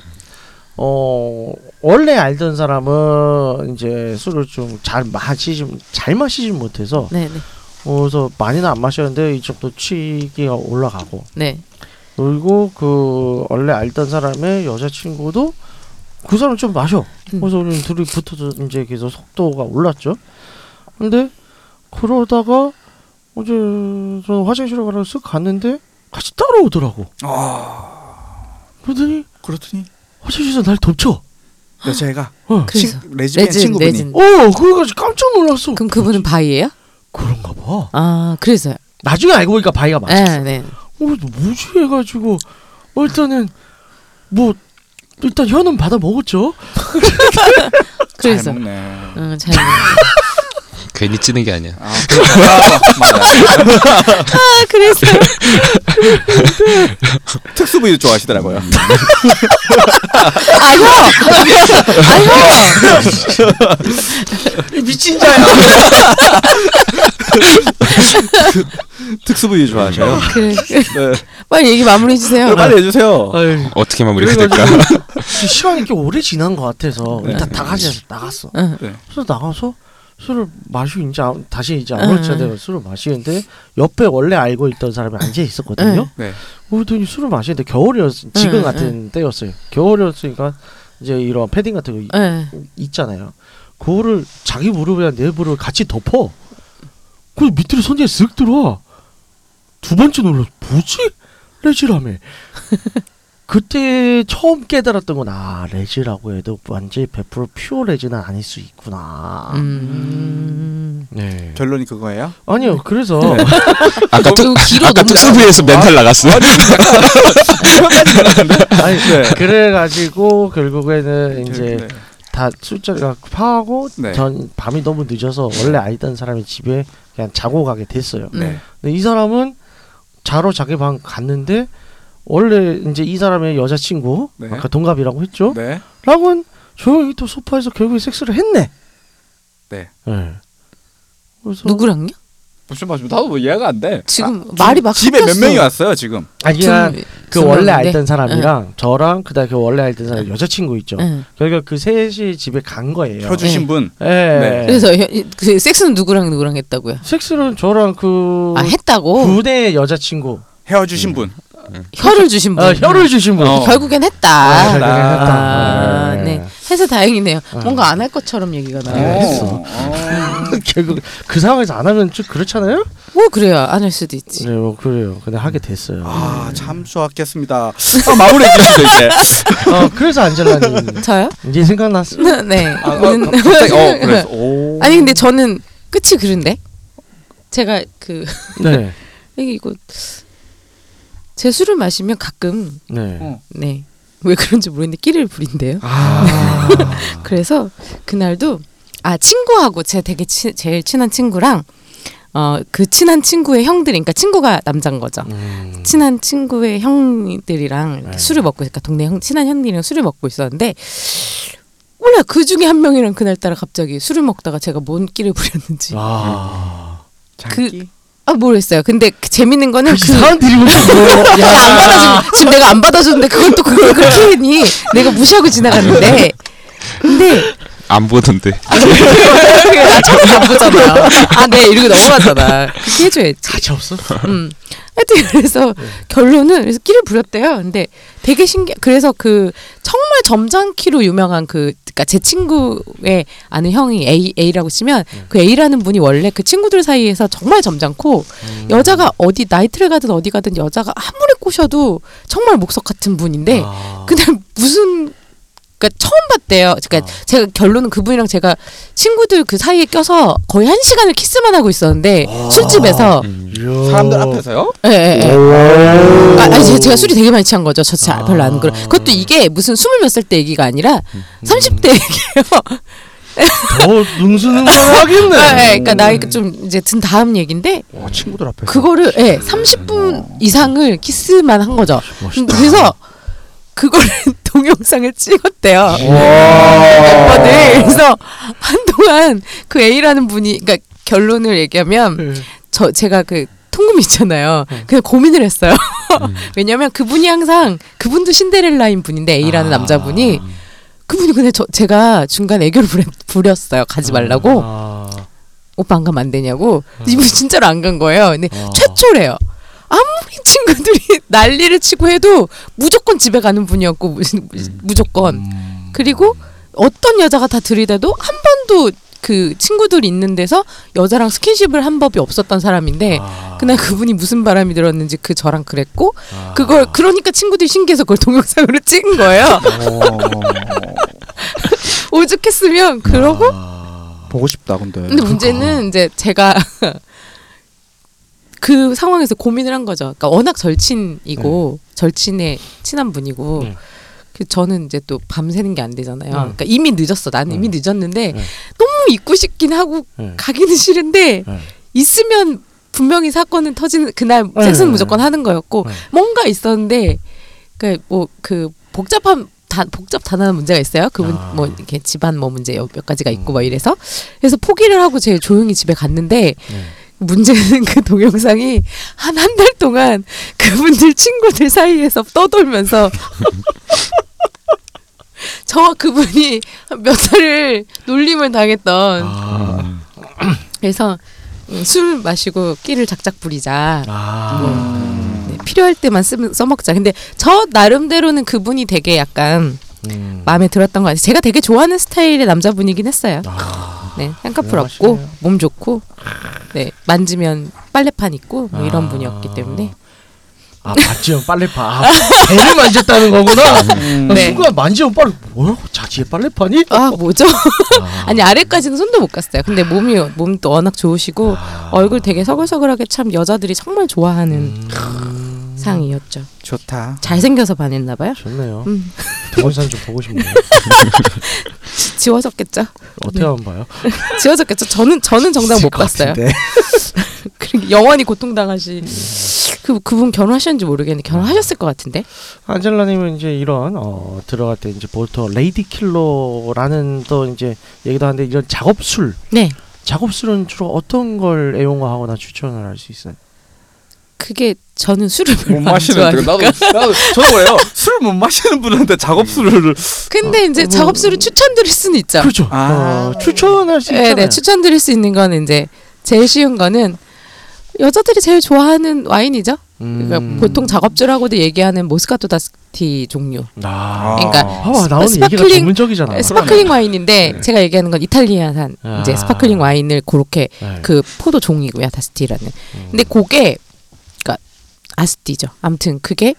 E: 어 원래 알던 사람은 이제 술을 좀 잘 마시지 잘 마시지 못해서
D: 네, 네,
E: 어, 그래서 많이는 안 마시는데 이쪽도 취기가 올라가고
D: 네.
E: 그리고 그 원래 알던 사람의 여자친구도 그 사람 좀 마셔.
D: 음.
E: 그래서 우리 둘이 붙어서 이제 계속 속도가 올랐죠. 근데 그러다가 이제 저는 화장실에 가려고 쓱 갔는데 같이 따라오더라고.
F: 아,
E: 그러더니
F: 그렇더니
E: 화장실에서 날 덮쳐.
F: 여자애가
E: 어.
D: 음. 그래서
F: 친- 레즈비언
D: 레즈,
F: 친구분이
D: 레즈.
E: 어, 그래가지고 깜짝 놀랐어.
D: 그럼 그분은 바이예요?
E: 그런가 봐.
D: 아, 그래서요.
E: 나중에 알고 보니까 바이가
F: 아,
E: 맞았어.
D: 네, 네.
E: 어, 뭐지 해가지고 어, 일단은 뭐 일단 현은 받아 먹었죠.
F: 잘
D: 그래서.
F: 먹네.
D: 응, 잘. 먹-
G: 괜히 찌는 게 아니야.
F: 아, 그렇구나. 맞아.
D: 아, 그래서.
F: 특수 부위도 좋아하시더라고요.
D: 아니요. 아, 아니요.
E: 미친 자야.
F: 특수 부위 좋아하셔요.
D: 그래.
F: 네.
D: 음. 빨리 얘기 마무리해
F: 그럼
D: 주세요.
F: 아, 빨리 해주세요.
G: 어떻게 마무리가 될까?
E: 그래가지고 시간이 꽤 오래 지난 것 같아서
F: 네.
E: 일단 다 같이 해서 나갔어.
D: 응.
F: 네.
E: 그래서 나가서 술을 마시고 이제 아무- 다시 이제 아무렇지
F: 네.
D: 응.
E: 않게 술을 마시는데 옆에 원래 알고 있던 사람이 앉아 있었거든요.
F: 네.
E: 그랬더니 술을 마시는데 겨울이었 지금
D: 응,
E: 같은 때였어요. 겨울이었으니까 이제 이런 패딩 같은 거 이-
D: 네.
E: 있잖아요. 그거를 자기 네 무릎이랑 내 무릎을 같이 덮어. 그 밑으로 손이 쓱 들어와. 두 번째 놀라서 뭐지? 레지라며. 그때 처음 깨달았던 건 아, 레지라고 해도 완전히 100% 퓨어 레지는 아닐 수 있구나.
D: 음.
E: 네.
F: 결론이 그거예요?
E: 아니요. 그래서
F: 네.
G: 아까
D: 그
G: 또
D: 뒤로
G: 아까
D: 넘겨.
G: 특수부에서 멘탈 나갔어.
E: 아니,
F: 네.
E: 그래 가지고 결국에는 이제
F: 네.
E: 다 술자리가 파하고
F: 네.
E: 전 밤이 너무 늦어서 원래 알던 사람이 집에 그냥 자고 가게 됐어요.
F: 네.
E: 근데 이 사람은 자러 자기 방 갔는데 원래 이제 이 사람의 여자친구
F: 네.
E: 아까 동갑이라고 했죠.
F: 네.
E: 라고는 조용히 또 소파에서 결국에 섹스를 했네.
F: 네.
E: 예. 그래서
D: 누구랑요?
F: 무슨 말이지? 나도 뭐 이해가 안 돼. 아,
D: 지금 말이 막
F: 집에
D: 섞였어.
F: 몇 명이 왔어요 지금?
E: 아니
D: 좀
E: 그냥 그
D: 좀
E: 원래
D: 그런데.
E: 알던 사람이랑 저랑 그다음 그 원래 알던 사람 여자친구 있죠.
D: 응.
E: 그러니까 그 셋이 집에 간 거예요.
F: 켜주신
D: 네.
F: 분.
E: 예.
F: 네.
D: 그래서 현- 그 섹스는 누구랑 누구랑 했다고요?
E: 섹스는 저랑 그
D: 아 했다고
E: 군의 여자친구
F: 헤어주신 분.
D: 혀를 주신 분.
E: 아, 혀를 주신 분.
F: 어.
D: 결국엔 했다.
E: 아, 결국엔
F: 아,
E: 했다.
D: 아, 네. 해서 다행이네요. 뭔가 안 할 것처럼 얘기가
F: 네,
D: 나와요.
E: 했어. 결국 그 상황에서 안 하면 좀 그렇잖아요.
D: 뭐 그래요. 안 할 수도 있지.
E: 네, 뭐 그래요. 근데 하게 됐어요.
F: 아 참수하겠습니다. 아, 마무리해 주시죠 이제.
E: 어, 그래서 안젤라님
D: 저요?
E: 이제 생각났어.
D: 네.
F: 아, 아,
D: 오늘-
F: 갑자기 어 그래서 오.
D: 아니 근데 저는 끝이 그런데 제가 그
E: 네,
D: 이게 이거 제 술을 마시면 가끔
E: 네.
D: 네. 왜 그런지 모르겠는데 끼를 부린대요.
E: 아,
D: 그래서 그날도 아 친구하고 제 되게 치, 제일 친한 친구랑 어 그 친한 친구의 형들 그러니까 친구가 남자인 거죠.
E: 음,
D: 친한 친구의 형들이랑 이렇게
E: 네.
D: 술을 먹고 그러니까 동네 형, 친한 형들이랑 술을 먹고 있었는데 몰라 그 중에 한 명이랑 그날 따라 갑자기 술을 먹다가 제가 뭔 끼를 부렸는지
E: 아,
D: 그 아, 모르겠어요. 근데 그 재밌는 거는
E: 그
D: 그
E: 사람 드립을 치고.
D: 내가 안 받아준 지금 내가 안 받아줬는데 그걸 또 그걸 그렇게 했니? 내가 무시하고 지나갔는데 근데 아,
G: 안 보던데.
D: 나 처음 안 보잖아요. 아, 네 이러고 넘어갔잖아. 그렇게 해줘야지.
E: 같이 없어?
D: 음. 하여튼 그래서
E: 네.
D: 결론은 그래서 끼를 부렸대요. 근데 되게 신기. 그래서 그 정말 점잖기로 유명한 그 그러니까 제 친구의 아는 형이 A A라고 치면
E: 네.
D: 그 A라는 분이 원래 그 친구들 사이에서 정말 점잖고
E: 음.
D: 여자가 어디 나이트를 가든 어디 가든 여자가 아무리 꼬셔도 정말 목석 같은 분인데
E: 아,
D: 그날 무슨 그러니까 처음 봤대요. 그러니까
E: 아.
D: 제가 결론은 그분이랑 제가 친구들 그 사이에 껴서 거의 한 시간을 키스만 하고 있었는데
E: 와. 음.
D: 술집에서 그
E: 이야.
F: 사람들 앞에서요?
D: 예, 예, 예.
E: 오.
D: 아, 아니 제가, 제가 술이 되게 많이 취한 거죠. 저 진짜
E: 아.
D: 별로 안 그래. 그것도 이게 무슨 스물 몇 살 때 얘기가 아니라
E: 음.
D: 30대 얘기예요.
E: 더 능수능란 하겠네.
D: 아, 예, 그러니까 나이가 좀 이제 든 다음 얘기인데
F: 와 친구들
E: 그렇죠.
F: 앞에서.
D: 그거를
E: 아.
D: 예, 30분 이상을 키스만 한 거죠. 그래서 그거를 동영상을 찍었대요. 오빠들 그래서 한동안 그 A라는 분이 그러니까 결론을
E: 네.
D: 얘기하면 저 제가 그 통금 있잖아요. 그냥 고민을 했어요. 왜냐면 그분이 항상 그분도 신데렐라인 분인데 A라는 남자분이 그분이 근데 저 제가 중간 애교를 부렸, 부렸어요. 가지 말라고
E: 아,
D: 오빠 안 가면 안 되냐고. 근데 이분 진짜로 안 간 거예요. 근데
E: 아.
D: 최초래요. 아무리 친구들이 난리를 치고 해도 무조건 집에 가는 분이었고 무- 무조건 그리고 어떤 여자가 다 들이대도 한 번도 그 친구들 있는 데서 여자랑 스킨십을 한 법이 없었던 사람인데 그날 그분이 무슨 바람이 들었는지 그 저랑 그랬고 그걸 그러니까 친구들이 신기해서 그걸 동영상으로 찍은 거예요
F: 어,
D: 오죽했으면 그러고
F: 보고 싶다 근데.
D: 근데 문제는 이제 제가 그 상황에서 고민을 한 거죠. 그러니까 워낙 절친이고 절친의 친한 분이고
E: 네.
D: 그 저는 이제 또 밤새는 게 안 되잖아요.
E: 네.
D: 그러니까 이미 늦었어. 난 이미 늦었는데
E: 네.
D: 너무 있고 싶긴 하고
E: 네.
D: 가기는 싫은데
E: 네.
D: 있으면 분명히 사건은 터지는 그날
E: 네,
D: 섹스는
E: 네,
D: 무조건 하는 거였고
E: 네.
D: 뭔가 있었는데 그러니까 뭐그 복잡한 단, 복잡 단단한 문제가 있어요. 그분
E: 아. 음.
D: 뭐 이렇게 집안 뭐 문제 몇 가지가 있고 막 이래서 그래서 포기를 하고 제가 조용히 집에 갔는데
E: 네.
D: 문제는 그 동영상이 한 한 달 동안 그분들 친구들 사이에서 떠돌면서 저와 그분이 몇 달을 놀림을 당했던
E: 아.
D: 그래서 음, 술 마시고 끼를 작작 부리자.
E: 아.
D: 네, 필요할 때만 쓰, 써먹자. 근데 저 나름대로는 그분이 되게 약간
E: 음.
D: 마음에 들었던 것 같아요. 제가 되게 좋아하는 스타일의 남자분이긴 했어요. 네, 한꺼풀 없고
E: 대단하시네요.
D: 몸 좋고 네, 만지면 빨래판 있고 뭐 이런
E: 아.
D: 분이었기 때문에
E: 아 만지면 빨래 파. 아, 음. 배를 만졌다는 거구나.
F: 음,
E: 나
D: 네.
E: 순간 만지면 빨래. 뭐라고 자기의 빨래 파니?
D: 아 뭐죠? 아니 아래까지는 손도 못 갔어요. 근데 몸이 몸도 워낙 좋으시고 얼굴 되게 서글서글하게 참 여자들이 정말 좋아하는 상이었죠.
F: 좋다.
D: 잘생겨서 반했나 봐요.
E: 좋네요.
D: 음.
E: 동원산 좀 보고 싶네요.
D: 지워졌겠죠.
E: 어떻게 하면 봐요?
D: 지워졌겠죠. 저는 저는 정답 못
F: 있을 것
D: 봤어요.
F: 같은데.
D: 그러니까 영원히 고통당하시. 그 그분 결혼하셨는지 모르겠는데 결혼하셨을 것 같은데.
E: 안젤라님은 이제 이런 어, 들어갈 때 이제 보통 레이디 킬러라는 또 이제 얘기도 하는데 이런 작업술,
D: 네.
E: 작업술은 주로 어떤 걸 애용하거나 추천을 할 수 있어요?
D: 그게 저는 술을
F: 못
D: 별로 안
F: 마시는
D: 좋아해요.
F: 분들 나도 나도 저도 그래요. 술을 못 마시는 분한테 작업 술을
D: 근데 이제 작업술을 추천드릴 수는 있죠.
E: 아. 그렇죠.
F: 아.
E: 어, 추천할 수
D: 네,
E: 있잖아요.
D: 네. 추천드릴 수 있는 건 이제 제일 쉬운 거는 여자들이 제일 좋아하는 와인이죠.
E: 음.
D: 그러니까 보통 작업주라고도 얘기하는 모스카토 다스티 종류.
E: 아.
D: 그러니까
E: 봐봐 나오는 얘기가
D: 스파클링-
E: 전문적이잖아. 네.
D: 스파클링 와인인데 제가 얘기하는 건 이탈리아산 이제
E: 아.
D: 스파클링 와인을 그렇게
E: 네. 음.
D: 그 포도 종이고요 다스티라는 근데 그게 그러니까 아스티죠 아무튼 그게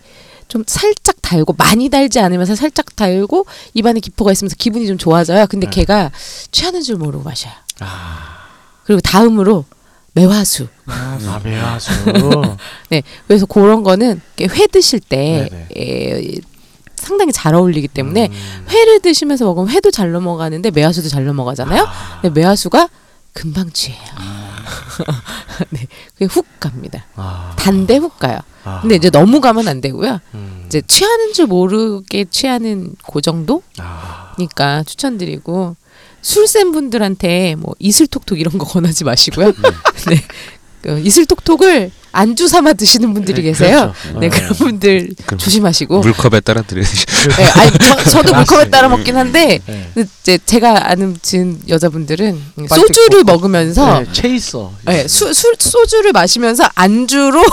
D: 좀 살짝 달고 많이 달지 않으면서 살짝 달고 입안에 기포가 있으면서 기분이 좀 좋아져요 근데
E: 네.
D: 걔가 취하는 줄 모르고 마셔요 그리고 다음으로 매화수
G: 음.
E: 아 매화수.
D: 네 그래서 그런 거는 이렇게 회 드실 때
E: 네네.
D: 에, 상당히 잘 어울리기 때문에
E: 음.
D: 회를 드시면서 먹으면 회도 잘 넘어가는데 매화수도 잘 넘어가잖아요. 근데 매화수가 금방 취해요. 네, 그게 훅 갑니다.
E: 아.
D: 단데 훅 가요.
E: 아.
D: 근데 이제 너무 가면 안 되고요.
E: 음.
D: 이제 취하는 줄 모르게 취하는 그 정도니까
E: 아.
D: 그러니까 추천드리고 술 센 분들한테 뭐 이슬톡톡 이런 거 권하지 마시고요. 네, 그 이슬톡톡을 안주 삼아 드시는 분들이
E: 네,
D: 계세요.
E: 그렇죠.
D: 네,
E: 네.
D: 그런 분들
G: 그럼
D: 조심하시고.
G: 물컵에 따라 드려야지.
D: 네, 아니 저, 저도 물컵에
E: 맞습니다.
D: 따라 먹긴 한데
E: 네.
D: 근데 이제 제가 아는 지인 여자분들은
E: 빨대
D: 소주를 먹으면서
E: 네, 체이서.
D: 예, 수, 술 소주를 마시면서 안주로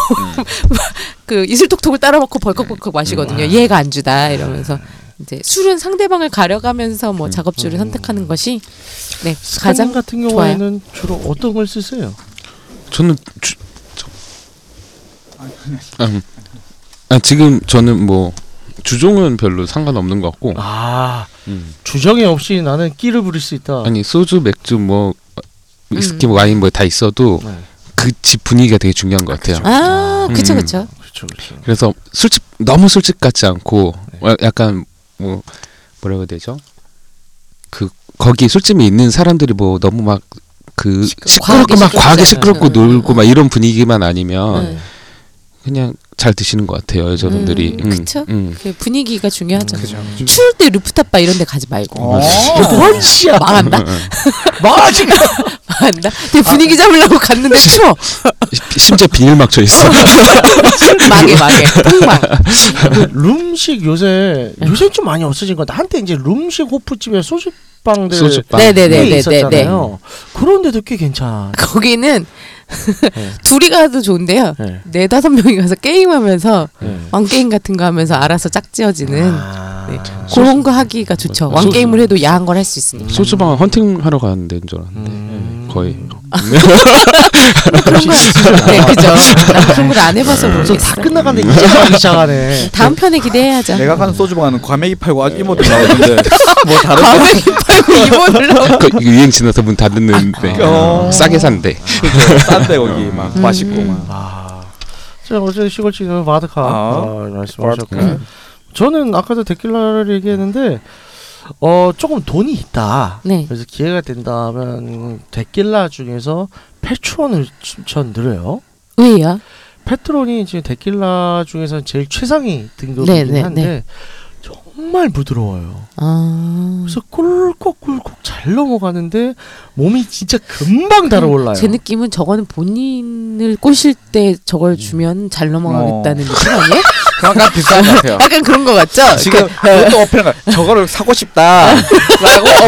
D: 그 이슬톡톡을 따라 먹고 벌컥벌컥 마시거든요. 얘가 안주다 이러면서 이제 술은 상대방을 가려가면서 뭐 작업주를 선택하는 것이 네
E: 스카님
D: 가장
E: 같은 경우에는 주로 어떤 걸 쓰세요?
G: 저는 주, 저, 아, 음. 아, 지금 저는 뭐 주종은 별로 상관없는 것 같고
E: 아
G: 음.
E: 주정에 없이 나는 끼를 부릴 수
D: 어.
E: 있다.
G: 아니 소주 맥주 뭐
D: 음.
G: 위스키 와인 뭐 다 있어도
E: 네.
G: 그 집 분위기가 되게 중요한 것 같아요.
D: 아
G: 음.
D: 그쵸 그쵸
E: 그렇죠, 그렇죠.
G: 그래서 술집 너무 술집 같지 않고 어, 약간 뭐 뭐라고 해야 되죠? 그 거기 술집에 있는 사람들이 뭐 너무 막 그
D: 과하게
G: 시끄럽고 막 과하게 시끄럽고
D: 시끄럽잖아요.
G: 놀고 막 이런 분위기만 아니면
D: 네.
G: 그냥 잘 드시는 것 같아요 여자분들이.
D: 음, 그쵸?
G: 음.
D: 그 분위기가 중요하죠.
F: 그죠.
D: 추울 때 루프탑바 이런 데 가지 말고
F: 어.
D: 헐치야 망한다 망하지가 망한다 근데 분위기 잡으려고 갔는데 추워
G: 시- 심지어 비닐 막혀 있어.
D: 망해 망해 폭망
E: 룸식 요새 요새 좀 많이 없어진 건 나한테 이제 룸식 호프집에 소주빵들
G: 소주빵.
E: 꽤
D: 네네네네네네
E: 있었잖아요. 그런데도 꽤 괜찮.
D: 거기는
E: 네.
D: 둘이 가도 좋은데요
E: 네.
D: 네 다섯 명이 가서 게임하면서
E: 네.
D: 왕게임 같은 거 하면서 알아서 짝지어지는
E: 아,
D: 네. 그런 거 하기가 좋죠 왕게임을 해도 야한 걸 할 수 있으니까
G: 소주방은 헌팅하러 가는 데인 줄 알았는데
E: 음.
G: 예, 거의
D: 그런 거 네, 그죠 난 그런 걸 안 해봐서 모르겠어
E: 다 끝나가는데 이제 막 시작하네.
D: 다음 편에 기대해야죠
F: 내가 가는 소주방은 과메기 팔고 아주 이모들 나오는데 네. 뭐 다른 거
D: 과메기 팔고 이모를 넣어
G: 그 이거 유행 지나서 문 닫는데
F: 어.
G: 싸게 산대.
F: 그죠. 싼데 거기 막 맛있고 막.
E: 아, 자 어제 시골집은 마드카
F: 아.
E: 어, 말씀하셨고 저는 아까도 데킬라를 얘기했는데 어 조금 돈이 있다.
D: 네.
E: 그래서 기회가 된다면 데킬라 중에서 페추원을 추천드려요.
D: 왜요?
E: 페트론이 지금 데킬라 중에서 제일 최상위
D: 네, 네,
E: 등급이긴 한데
D: 네.
E: 정말 부드러워요.
D: 아.
E: 그래서 꿀꺽꿀꺽 잘 넘어가는데 몸이 진짜 금방 달아올라요.
D: 제 느낌은 저거는 본인을 꼬실 때 저걸 주면 잘 넘어가겠다는 느낌 아니에요?
F: 그만큼 비싼 것 같아요.
D: 약간 그런 거 같죠?
F: 지금 그것도 어필한 거. 저거를 사고 싶다라고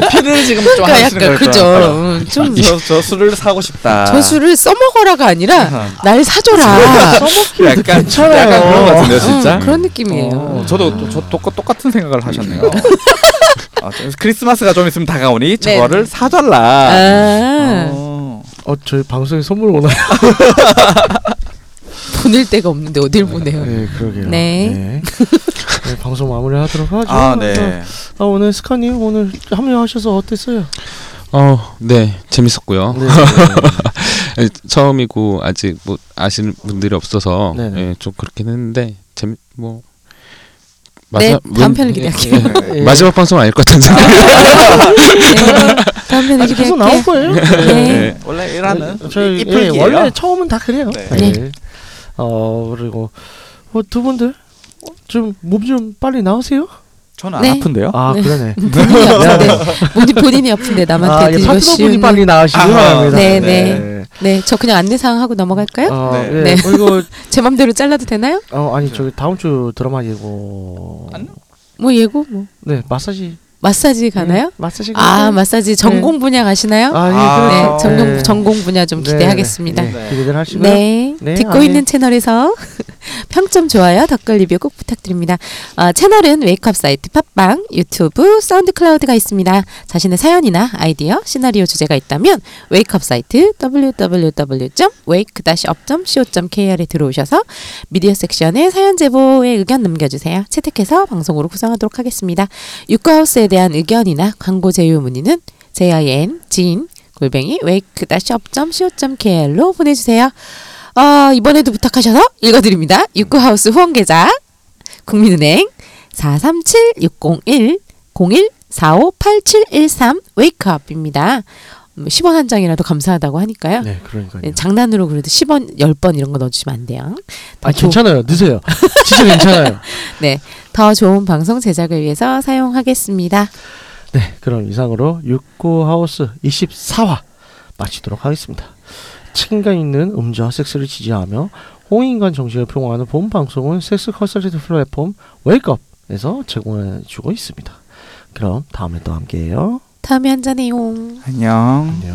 F: 어필을 지금 좀
D: 그러니까
F: 하시는
D: 약간
F: 거예요. 아,
D: 그죠.
F: 저는.
D: 음, 좀
F: 저, 저 술을 사고
E: 아.
F: 싶다.
D: 저수를 써먹어라가 아니라
F: 아.
D: 날 사줘라.
F: 약간
E: 괜찮아요.
F: 약간 그런 것 같은데요, 진짜.
D: 음, 그런 느낌이에요.
F: 어, 저도 또- 저 똑- 똑같은 생각을 하셨네요. 아, 저- 크리스마스가 좀 있으면 다가오니 저거를 사달라.
D: 아,
F: 어.
E: 어, 저희 방송에 선물 오나요?
D: 보낼 데가 없는데 어딜 보내요?
E: 네, 그러게요.
D: 네.
E: 네, 방송 마무리하도록 하죠.
F: 아, 네.
E: 아, 오늘 스카님 오늘 합류하셔서 어땠어요?
G: 어, 네, 재밌었고요.
E: 네.
G: 예, 처음이고 아직 뭐 아시는 분들이 없어서
E: 네네.
G: 예, 좀 그렇긴 했는데 재미 뭐
D: 네,
G: 마지막-
D: 다음
G: 문-
D: 편을 기대할게요.
E: 예.
G: 마지막 방송 아닐 것 같은데.
D: 네, 다음 편을
E: 아직 계속 나올
D: 기대할게요.
E: 거예요.
D: 네.
F: 네. 원래 일하는
E: 저희
F: 이풀
E: 예, 원래 처음은 다 그래요.
F: 네.
E: 네. 어 그리고 어, 두 분들 좀 몸 좀 빨리 나오세요.
F: 저는 안
D: 네.
F: 아픈데요.
E: 아 그러네.
D: 본인이 아픈데 본인, 본인이 아픈데
E: 아,
D: 남한테
E: 예,
D: 이거
E: 파트너분이
D: 씌우는
E: 빨리 나으시기
F: 아,
E: 바랍니다.
D: 네, 네. 네, 저 그냥 안내사항 하고 넘어갈까요?
E: 어,
F: 네.
E: 예.
D: 네.
E: 어, 이거
D: 제 맘대로 잘라도 되나요?
E: 어, 아니 저기 다음 주 드라마 예고.
D: 뭐 예고 뭐
E: 네 마사지
D: 마사지 가나요?
E: 마사지.
D: 아 마사지 전공 분야 가시나요?
E: 음. 아, 예,
F: 아,
D: 네,
E: 그렇죠.
D: 전공
E: 네.
D: 전공 분야 좀
E: 네,
D: 기대하겠습니다.
E: 네,
D: 네,
E: 네. 기대들 하시고요. 네,
D: 듣고
E: 아, 네.
D: 있는 채널에서 평점 좋아요, 댓글 리뷰 꼭 부탁드립니다. 어, 채널은 웨이크업 사이트 팟빵, 유튜브, 사운드 클라우드가 있습니다. 자신의 사연이나 아이디어, 시나리오 주제가 있다면 웨이크업 사이트 www.wake-up.co.kr에 들어오셔서 미디어 섹션에 사연 제보에 의견 남겨주세요. 채택해서 방송으로 구성하도록 하겠습니다. 유쿠하우스에 대한 의견이나 광고 제휴 문의는 jin 진 골뱅이 wake-up.co.kr로 보내주세요. 어, 이번에도 부탁하셔서 읽어드립니다. 육구하우스 후원계좌 국민은행 437-601-0145-8713 웨이크업입니다. 10원 한 장이라도 감사하다고 하니까요.
E: 네, 그러니까요.
D: 네, 장난으로 그래도 10원, 10번 이런 거 넣어주시면 안 돼요.
E: 아 괜찮아요. 드세요. 진짜 괜찮아요.
D: 더 좋은 방송 제작을 위해서 사용하겠습니다.
E: 네, 그럼 이상으로 육구하우스 24화 마치도록 하겠습니다. 책임감 있는 음주와 섹스를 지지하며 홍인간 정신을 표방하는 본 방송은 섹스 컨설팅 플랫폼 웨이크업에서 제공해주고 있습니다. 그럼 다음에 또 함께해요.
D: 다음에 한잔해용.
F: 안녕.
E: 안녕.